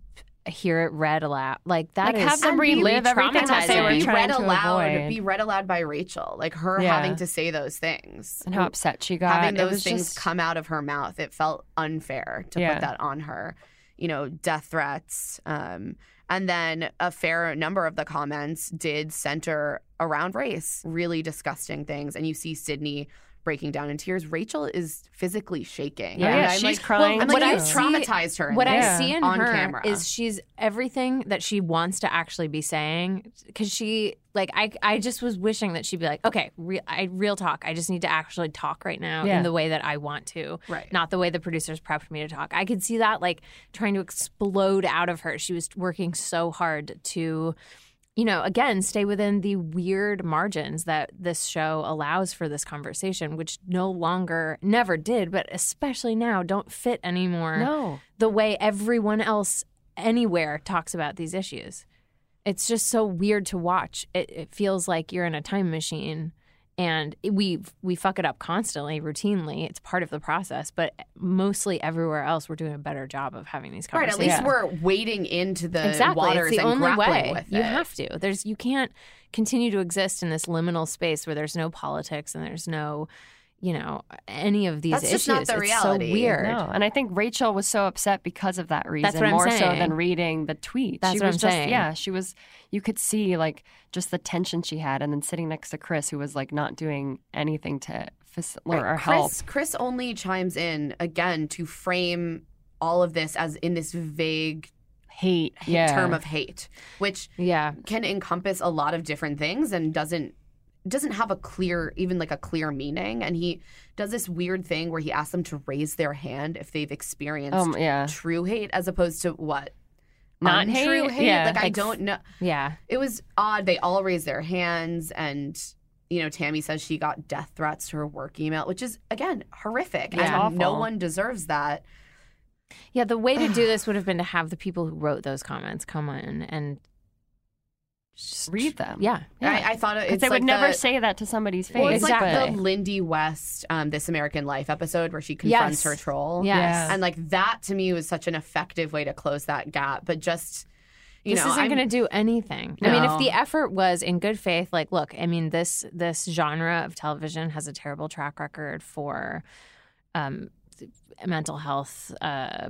hear it read aloud like
Like,
that is
have them
and be
relive everything
And
that
also
they were
be
trying
read
to
aloud,
avoid.
be read aloud by Rachel, like her
Yeah.
having to say those things,
and how upset she got.
having
It
those
was
things
just-
come out of her mouth. It felt unfair to
Yeah.
put that on her. You know, death threats. Um, and then a fair number of the comments did center around race, really disgusting things. And you see Sydney breaking down in tears. Rachel is physically shaking.
Yeah,
And
yeah
I'm
she's
like,
crying.
I'm
Oh, What
like,
I
you
see-
traumatized her. in
what
this
I see in
on
her
camera.
is she's everything that she wants to actually be saying because she like I I just was wishing that she'd be like okay re- I real talk I just need to actually talk right now
Yeah.
in the way that I want to
right.
not the way the producers prepped me to talk I could see that like trying to explode out of her she was working so hard to you know again stay within the weird margins that this show allows for this conversation which no longer never did but especially now don't fit anymore
no.
the way everyone else anywhere talks about these issues. It's just so weird to watch. It, it feels like you're in a time machine, and it- we we fuck it up constantly, routinely. It's part of the process, but mostly everywhere else, we're doing a better job of having these
Right, at
conversations.
least
Yeah.
we're wading into the
exactly,
waters
it's the
and
only
grappling
way
with
you
it.
have to. There's you can't continue to exist in this liminal space where there's no politics and there's no, you know, any of these
That's
issues.
just not the
it's
reality.
So weird.
No, and I think Rachel was so upset because of that reason,
what I'm
more so
saying.
than reading the tweet.
That's
she
what
was
I'm
just,
saying.
yeah, she was. You could see like just the tension she had, and then sitting next to Chris, who was like not doing anything to facilitate or
Right.
help.
Chris, Chris only chimes in again to frame all of this as in this vague
Hate, yeah,
term of hate, which
Yeah.
can encompass a lot of different things and doesn't doesn't have a clear, even like a clear meaning. And he does this weird thing where he asks them to raise their hand if they've experienced
Um, yeah.
true hate as opposed to what?
Not
Untrue
hate? Yeah,
Like, I
like-
don't know.
Yeah.
It was odd. They all raised their hands and you know, Tammy says she got death threats to her work email, which is again horrific.
Yeah.
and
Awful.
no one deserves that.
Yeah, the way to do this would have been to have the people who wrote those comments come in and just
Read them.
Yeah.
I, I thought it-
Because
it's
they would
like
never
the-
say that to somebody's face.
Well, it's like
Exactly.
the Lindy West, um, This American Life episode where she
Yes.
confronts her troll.
Yeah.
And like that to me was such an effective way to close that gap. But just, you
this
know,
isn't
I'm-
going to do anything. I mean,
No.
if the effort was in good faith, like, look, I mean, this this genre of television has a terrible track record for um, th- mental health, uh,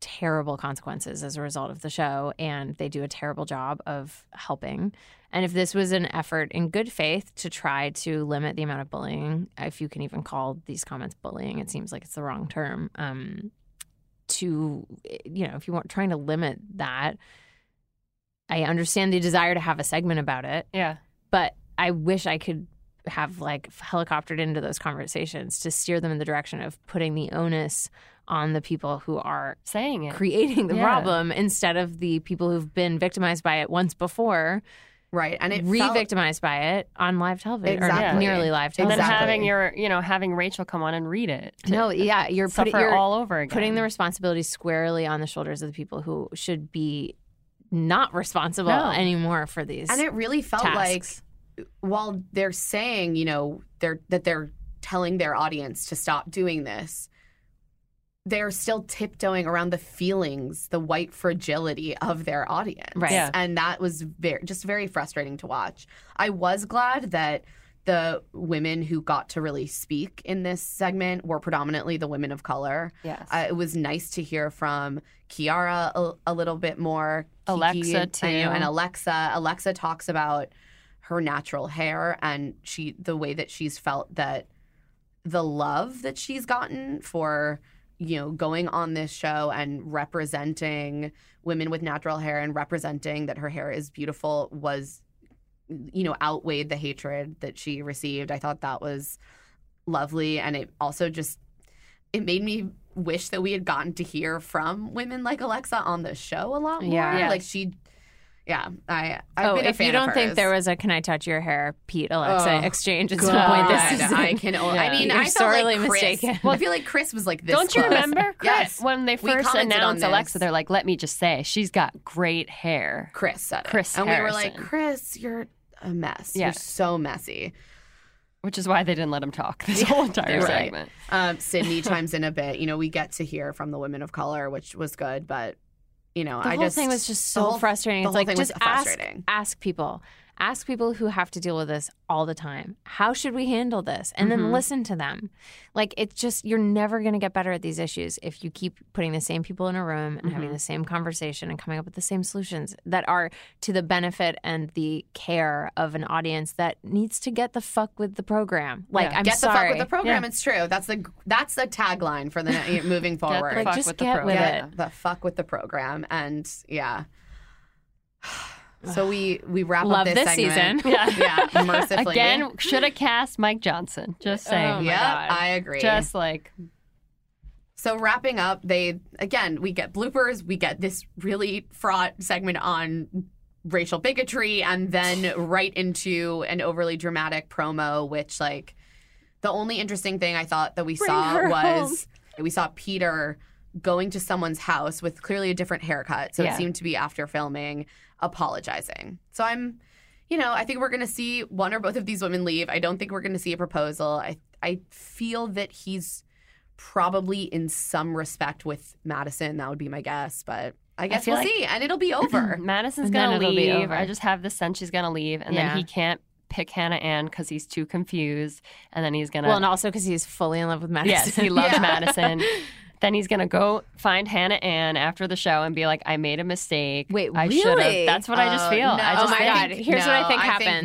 terrible consequences as a result of the show, and they do a terrible job of helping. And if this was an effort in good faith to try to limit the amount of bullying, if you can even call these comments bullying, it seems like it's the wrong term. Um, to eh, you know, if you weren't trying to limit that, I understand the desire to have a segment about it,
yeah.
but I wish I could have like helicoptered into those conversations to steer them in the direction of putting the onus on the people who are
Saying it.
creating the
Yeah.
problem instead of the people who've been victimized by it once before,
right. And it felt-
re-victimized by it on live television or
Exactly.
nearly live
and then
television.
Exactly.
having your, you know, having Rachel come on and read it. to
no, yeah, you're
Suffer
putting you're
all over again.
putting the responsibility squarely on the shoulders of the people who should be not responsible
No.
anymore for these.
And it really felt like
tasks.
while they're saying, you know, they're that they're telling their audience to stop doing this, they're still tiptoeing around the feelings, the white fragility of their audience.
Right. Yeah.
And that was very just very frustrating to watch. I was glad that the women who got to really speak in this segment were predominantly the women of color.
Yes.
Uh, it was nice to hear from Kiara a, a little bit more. Kiki,
Alexa,
and- I know,
too.
and Alexa. Alexa talks about her natural hair and she the way that she's felt that the love that she's gotten for you know going on this show and representing women with natural hair and representing that her hair is beautiful was you know outweighed the hatred that she received i thought that was lovely and it also just it made me wish that we had gotten to hear from women like alexa on the show a lot more
Yeah.
like she yeah i I've
oh,
been a
if you
fan of
don't think
hers.
there was a "Can I touch your hair?" Pete Alexa
Oh,
exchange at some point
God,
this season,
I can. Only, I mean,
You're
I felt
sorely
like Chris.
mistaken.
Well, I feel like Chris was like this.
Don't you
close.
remember, Chris,
Yes.
when they
We
first
commented on
announced
this.
Alexa? They're like, "Let me just say, she's got great hair."
Chris said it.
Chris
and we were like,
Harrison.
Chris, you're a mess.
Yeah.
You're so messy.
Which is why they didn't let him talk this whole entire
Right.
segment.
Um, Sydney chimes in a bit. You know, we get to hear from the women of color, which was good, but you know,
the
I
whole
just
thing was just
the
so
whole-
frustrating.
the
It's
whole
like
thing was
just ask,
frustrating.
ask people, ask people who have to deal with this all the time. How should we handle this? And then listen to them. Like it's just you're never going to get better at these issues if you keep putting the same people in a room and having the same conversation and coming up with the same solutions that are to the benefit and the care of an audience that needs to get the fuck with the program. Like I'm
get the
sorry,
fuck with the program. It's true. That's the that's the tagline for the night moving forward.
fuck
like just
with the
get with
program.
it.
Get the fuck with the program, and yeah. So we we wrap
Love
up this,
this
segment.
season.
Yeah, mercifully.
Again, should have cast Mike Johnson. Just
Oh,
Oh
saying.
yeah, I agree.
Just like
So wrapping up, they again we get bloopers, we get this really fraught segment on racial bigotry, and then right into an overly dramatic promo, which like the only interesting thing I thought that we saw
her
was we saw Peter going to someone's house with clearly a different haircut, so
Yeah.
it seemed to be after filming, apologizing. So I'm, you know, I think we're gonna see one or both of these women leave. I don't think we're gonna see a proposal. I I feel that he's probably in some respect with Madison. That would be my guess, but I guess
feel
we'll
like-
see. And it'll be over.
Madison's
And
gonna
then it'll be
leave.
over.
I just have the sense she's gonna leave, and
Yeah.
then he can't pick Hannah Ann because he's too confused, and then he's gonna.
Well, and also because he's fully in love with Madison.
yes, he loves Madison. Then he's gonna go find Hannah Ann after the show and be like, "I made a mistake.
Wait,
I should have."
really?
That's what I just
Oh,
feel.
no.
I
Oh
just
my
think-
God.
Here's what I
no,
think
I think
happens.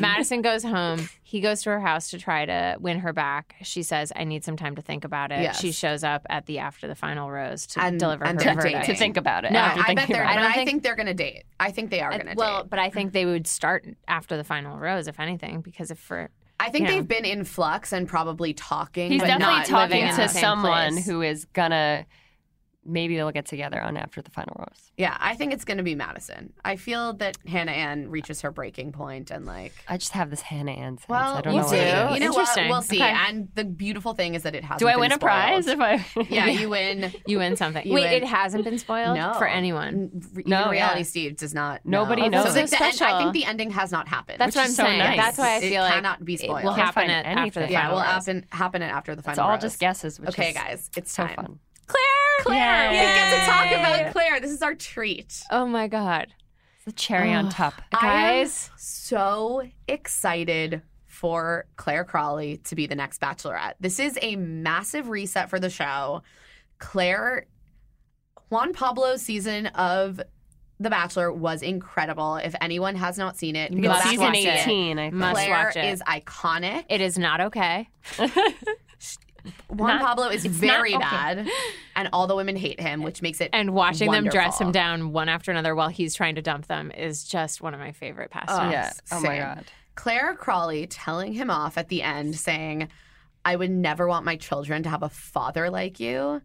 Madison goes home. He goes to her house to try to win her back. She says, "I need some time to think about it."
Yes.
She shows up at the after the final rose to
And-
deliver
and
her
they're
verdict.
to
dating.
think about it.
No,
after
I
thinking
bet they're.
about it.
But
I don't
I
think-
think they're gonna date. I think they are
I-
gonna
well,
date.
but I think they would start after the final rose, if anything, because if for
I
you
think
know.
they've been in flux and probably talking.
He's
but
definitely
not
talking
living
in
to
the
in
same
someone
place.
who is gonna. Maybe they'll get together on after the final rose.
Yeah, I think it's gonna be Madison. I feel that Hannah Ann reaches her breaking point and like.
I just have this Hannah Ann sense.
Well,
I don't
you
know.
do.
what it
do.
is.
You know what?
Interesting.
We'll see.
Okay.
And the beautiful thing is that it hasn't.
do I
been
win a
spoiled.
prize if I?
Yeah, you win.
you win something.
You
Wait,
win.
it hasn't been spoiled
No.
for anyone.
No,
no, reality
yeah.
Steve does not.
Nobody
know.
knows.
So, like,
So
the end, I
special.
think the ending has not happened.
That's
Which
what
is
I'm
so
saying.
nice.
That's why I feel
it
like
cannot be
it
spoiled.
will
Can't
happen
find
at, after the
anything.
yeah,
final
will
rose.
happen happen it after the final.
It's all
rose.
just guesses. Which
Okay,
is
guys, it's
so
time.
fun.
Claire,
Claire, we get to talk
Yay.
about Claire. This is our treat.
Oh my god,
It's the cherry on
Ugh.
top.
guys!
so excited for Claire Crawley to be the next Bachelorette. This is a massive reset for the show. Claire, Juan Pablo's season of The Bachelor was incredible. If anyone has not seen it,
I think it's
go back
Must
and
season
watch
watch it.
18. I think.
Must
Claire
watch it.
is iconic.
it is not okay.
Juan
not-
Pablo is
not
very
okay.
bad, and all the women hate him, which makes it
And watching them dress him
Wonderful.
down one after another while he's trying to dump them is just one of my favorite pastimes.
yeah. Oh my
same.
god.
Claire Crawley telling him off at the end, saying, I would never want my children to have a father like you.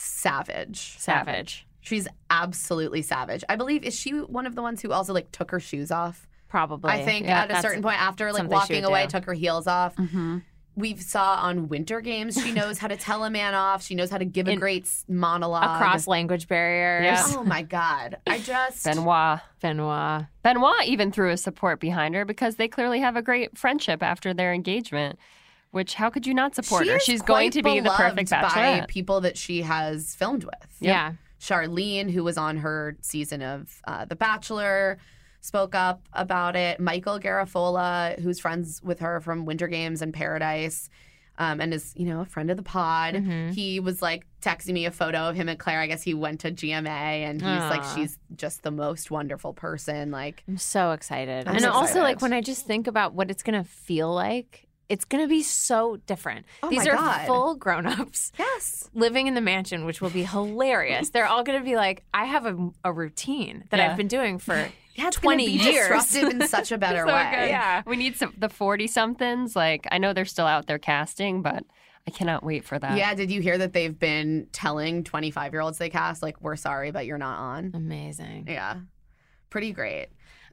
Savage.
Savage.
She's absolutely savage. I believe, is she one of the ones who also like took her shoes off?
Probably.
I think
Yeah,
at a
that's-
certain point after like
something she
walking
would
away,
do.
took her heels off.
Mm-hmm.
We saw on winter games, she knows how to tell a man off. She knows how to give a
In-
great s- monologue.
across language barriers.
Yeah.
Oh my God. I just.
Benoit.
Benoit.
Benoit even threw his support behind her because they clearly have a great friendship after their engagement. Which how could you not support
She
her?
is
She's going to
quite
be the perfect
beloved by
bachelorette.
people that she has filmed with.
Yeah.
Charlene, who was on her season of uh, The Bachelor, spoke up about it. Michael Garafola, who's friends with her from Winter Games and Paradise, um, and is you know a friend of the pod.
Mhm.
He was like texting me a photo of him and Claire. I guess he went to GMA, and he's like,
Aw.
she's just the most wonderful person. Like,
I'm so excited.
I'm
and
so
also, like,
excited.
when I just think about what it's going to feel like, it's going to be so different.
Oh
These
my
are
God.
full grown ups
yes,
living in the mansion, which will be hilarious. They're all going to be like, I have a, a routine that
Yeah.
I've been doing for
yeah, it's gonna
20
be
years.
disruptive in such a better
So
way.
good.
Yeah.
We need some the forty somethings. Like I know they're still out there casting, but I cannot wait for that.
Yeah, did you hear that they've been telling 25 year olds they cast, like, we're sorry, but you're not on?
Amazing.
Yeah. Pretty great.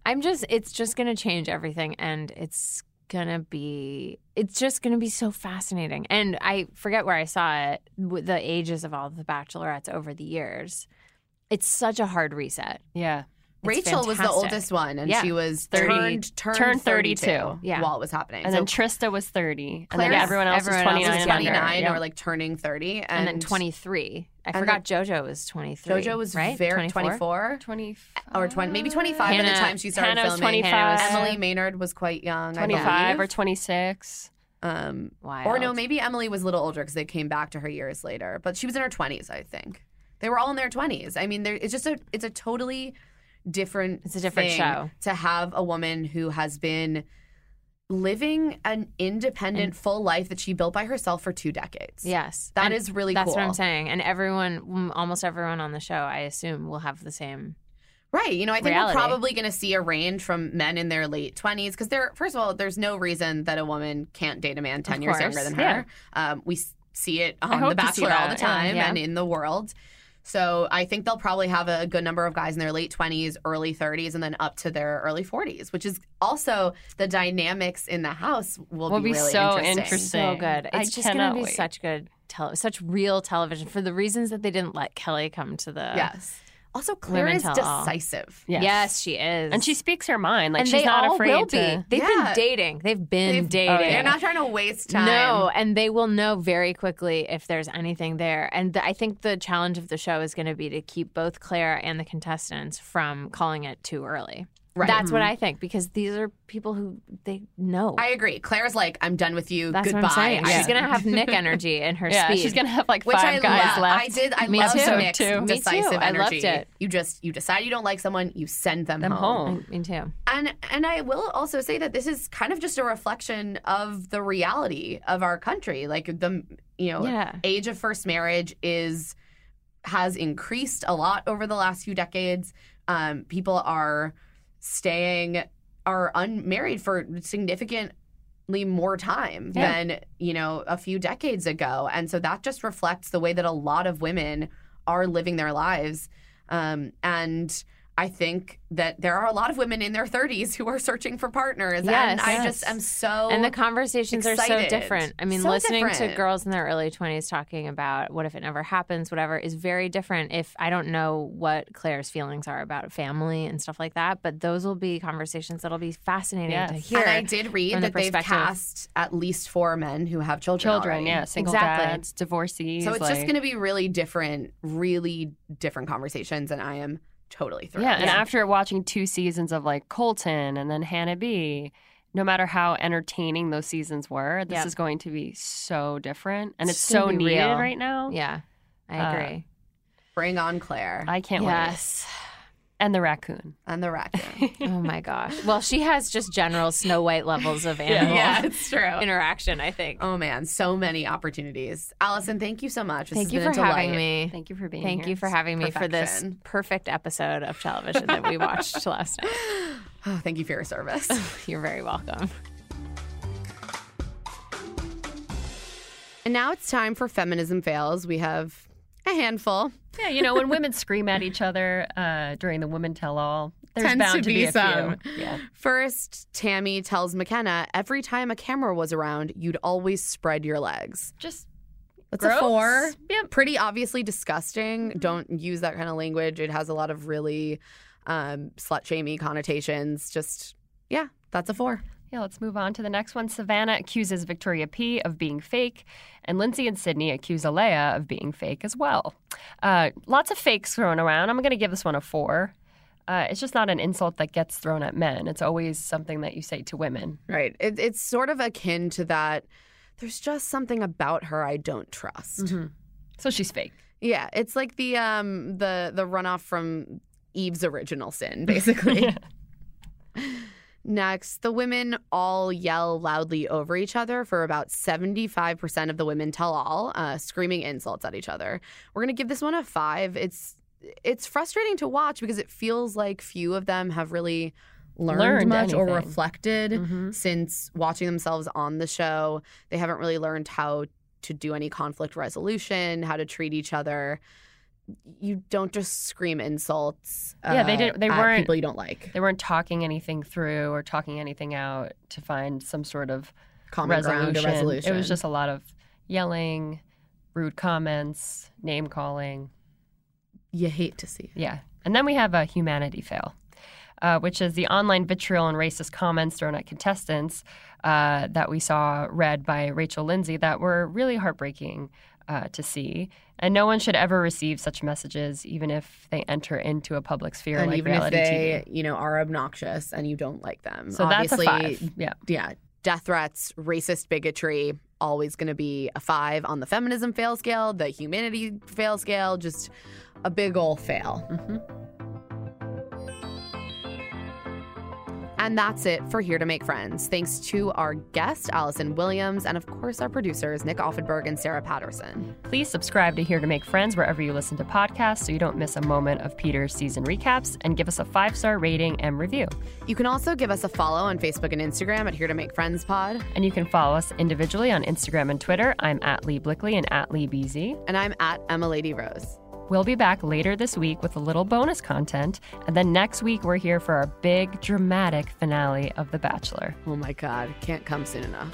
I'm just it's just going to change everything and it's going to be it's just going to be so fascinating. And I forget where I saw it with the ages of all the bachelorettes over the years. It's such a hard reset.
Yeah.
It's
Rachel was the
fantastic.
oldest one, and
Yeah.
she was
30
turned, turned,
turned
32,
32,
yeah.
while it was happening.
And
so
then Trista was thirty, and
Claire's-
then everyone else
everyone
was twenty
else
nine
was
is
and under.
29
Yeah.
or like turning 30. And,
And, then 23. I
and
forgot JoJo was 23.
JoJo was
right? 24?
very 24
25
or 20, maybe 25 by the
Hannah-
time she started
Hannah was
filming.
25.
Emily Maynard was quite young. I
25 or
believe.
26.
Um,
Wild.
or no, maybe Emily was a little older because they came back to her years later. But she was in her 20s, I think. They were all in their 20s. I mean, there, it's just a it's a totally different
It's a different
thing
show.
to have a woman who has been living an independent full life that she built by herself for two decades.
Yes.
that
And
is really
That's
cool.
what I'm saying. And everyone mm, almost everyone on the show, I assume, will have the same
Right. You know, I think
Reality.
we're probably going to see a range from men in their late 20s because there, first of all, there's no reason that a woman can't date a man 10 years
course,
younger than
yeah.
her. Um, we s- see it
I
on The
hope to see
Bachelor all the
that, yeah,
time
yeah.
and in the world. So I think they'll probably have a good number of guys in their late 20s, early 30s, and then up to their early 40s, which is also the dynamics in the house will,
Will be
really
so
interesting.
interest-
so
thing.
good. It's
I
just going to
cannot
be
wait.
such good, tele- such real television for the reasons that they didn't let Kelly come to the.
Yes. Also, Claire
Women
is
tell all.
decisive.
Yes,
Yes.
she is,
And she speaks her mind. Like
and
she's
they
not
all
afraid
will
to.
be. They've
Yeah.
been dating. They've been
They've-
dating.
Oh, yeah.
They're not trying to waste time.
No, and they will know very quickly if there's anything there. And the, I think the challenge of the show is going to be to keep both Claire and the contestants from calling it too early.
Right.
That's what I think because these are people who they know.
Mm-hmm. I agree. Claire's like, I'm done with you.
That's
Goodbye.
what I'm saying.
I-
She's gonna have Nick energy in her
yeah,
speed.
she's gonna have like
Which
five
I
guys
love.
left.
I did. I
Me
love
too.
Nick's
Me too.
decisive
I loved
energy.
it.
You just you decide you don't like someone, you send them,
Them home.
I- Me too.
And and I will also say that this is kind of just a reflection of the reality of our country. Like the you know
Yeah.
age of first marriage is has increased a lot over the last few decades. Um, people are staying are unmarried for significantly more time
Yeah.
than you know a few decades ago, and so that just reflects the way that a lot of women are living their lives. Um, and I think that there are a lot of women in their 30s who are searching for partners, and
Yes.
I
Yes.
just am so
and the conversations are so
Oh, excited.
different. I mean,
So
listening
different.
to girls in their early 20s talking about what if it never happens, whatever, is very different if I don't know what Claire's feelings are about family and stuff like that. But those will be conversations that'll be fascinating to
Yes.
hear.
And I did read
from the
that they've
perspective-
cast at least four men who have children.
Children,
already.
yeah, single
Exactly.
dads, divorcees.
So it's
like,
just going to be really different, really different conversations, and I am totally thrilled.
Yeah, and after watching two seasons of like Colton and then Hannah B, no matter how entertaining those seasons were, this
Yep.
is going to be so different, and it's
It's gonna
so
be
needed
real.
right now.
yeah,
Uh,
I agree.
bring on Claire
I can't wait.
yes.
And the raccoon.
and the raccoon.
oh my gosh. Well, she has just general Snow White levels of animal
it's true.
interaction, I think.
Oh man, so many opportunities. Allison, thank you so much. This
Thank
has
you
been
for
a delight.
having me.
Thank you for being here.
Thank you for having me for this
Perfection.
perfect episode of television that we watched last night.
Oh, thank you for your service.
You're very welcome.
and now it's time for feminism fails. We have a handful.
Yeah, you know when women scream at each other uh, during the women tell all, there's
Tends
bound
to
to
be
be, a
some.
few. Yeah.
First, Tammy tells McKenna every time a camera was around, you'd always spread your legs.
Just
That's
gross.
a four.
Yep.
Pretty obviously disgusting. Don't use that kind of language. It has a lot of really um, slut shamey connotations. Just, yeah, that's a four.
Yeah, let's move on to the next one. Savannah accuses Victoria P of being fake, and Lindsay and Sydney accuse Alea of being fake as well. Uh, lots of fakes thrown around. I'm going to give this one a four. Uh, it's just not an insult that gets thrown at men. It's always something that you say to women.
Right. It, it's sort of akin to that. There's just something about her I don't trust.
So she's fake.
Yeah, it's like the um the the runoff from Eve's original sin, basically. Next, the women all yell loudly over each other for about 75% of the women tell all, uh, screaming insults at each other. We're going to give this one a five. It's it's frustrating to watch because it feels like few of them have really learned,
Learned
much or
anything. Mm-hmm.
reflected since watching themselves on the show. They haven't really learned how to do any conflict resolution, how to treat each other. You don't just scream insults.
Yeah, they
uh,
didn't- they
at
weren't-
people you don't like.
They weren't talking anything through or talking anything out to find some sort of
Common
resolution.
ground or resolution.
It was just a lot of yelling, rude comments, name calling.
you hate to see it.
Yeah. And then we have a humanity fail, uh, which is the online vitriol and racist comments thrown at contestants uh, that we saw read by Rachel Lindsay that were really heartbreaking uh, to see. And no one should ever receive such messages, even if they enter into a public sphere
and
like
even if
reality
they, you know, are obnoxious and you don't like them.
TV. So
Obviously,
that's a five. Yeah.
Yeah, death threats, racist bigotry, always going to be a five on the feminism fail scale, the humanity fail scale, just a big ol' fail. Mm-hmm.
hmm
And that's it for Here to Make Friends. Thanks to our guest, Allison Williams, and of course our producers, Nick Offenberg and Sarah Patterson.
Please subscribe to Here to Make Friends wherever you listen to podcasts so you don't miss a moment of Peter's season recaps and give us a five star rating and review.
You can also give us a follow on Facebook and Instagram at Here to Make Friends Pod.
And you can follow us individually on Instagram and Twitter. I'm at Lee Blickley and at Lee BZ.
And I'm at Emma Lady Rose.
We'll be back later this week with a little bonus content. And then next week, we're here for our big dramatic finale of The Bachelor.
Oh my God, can't come soon enough.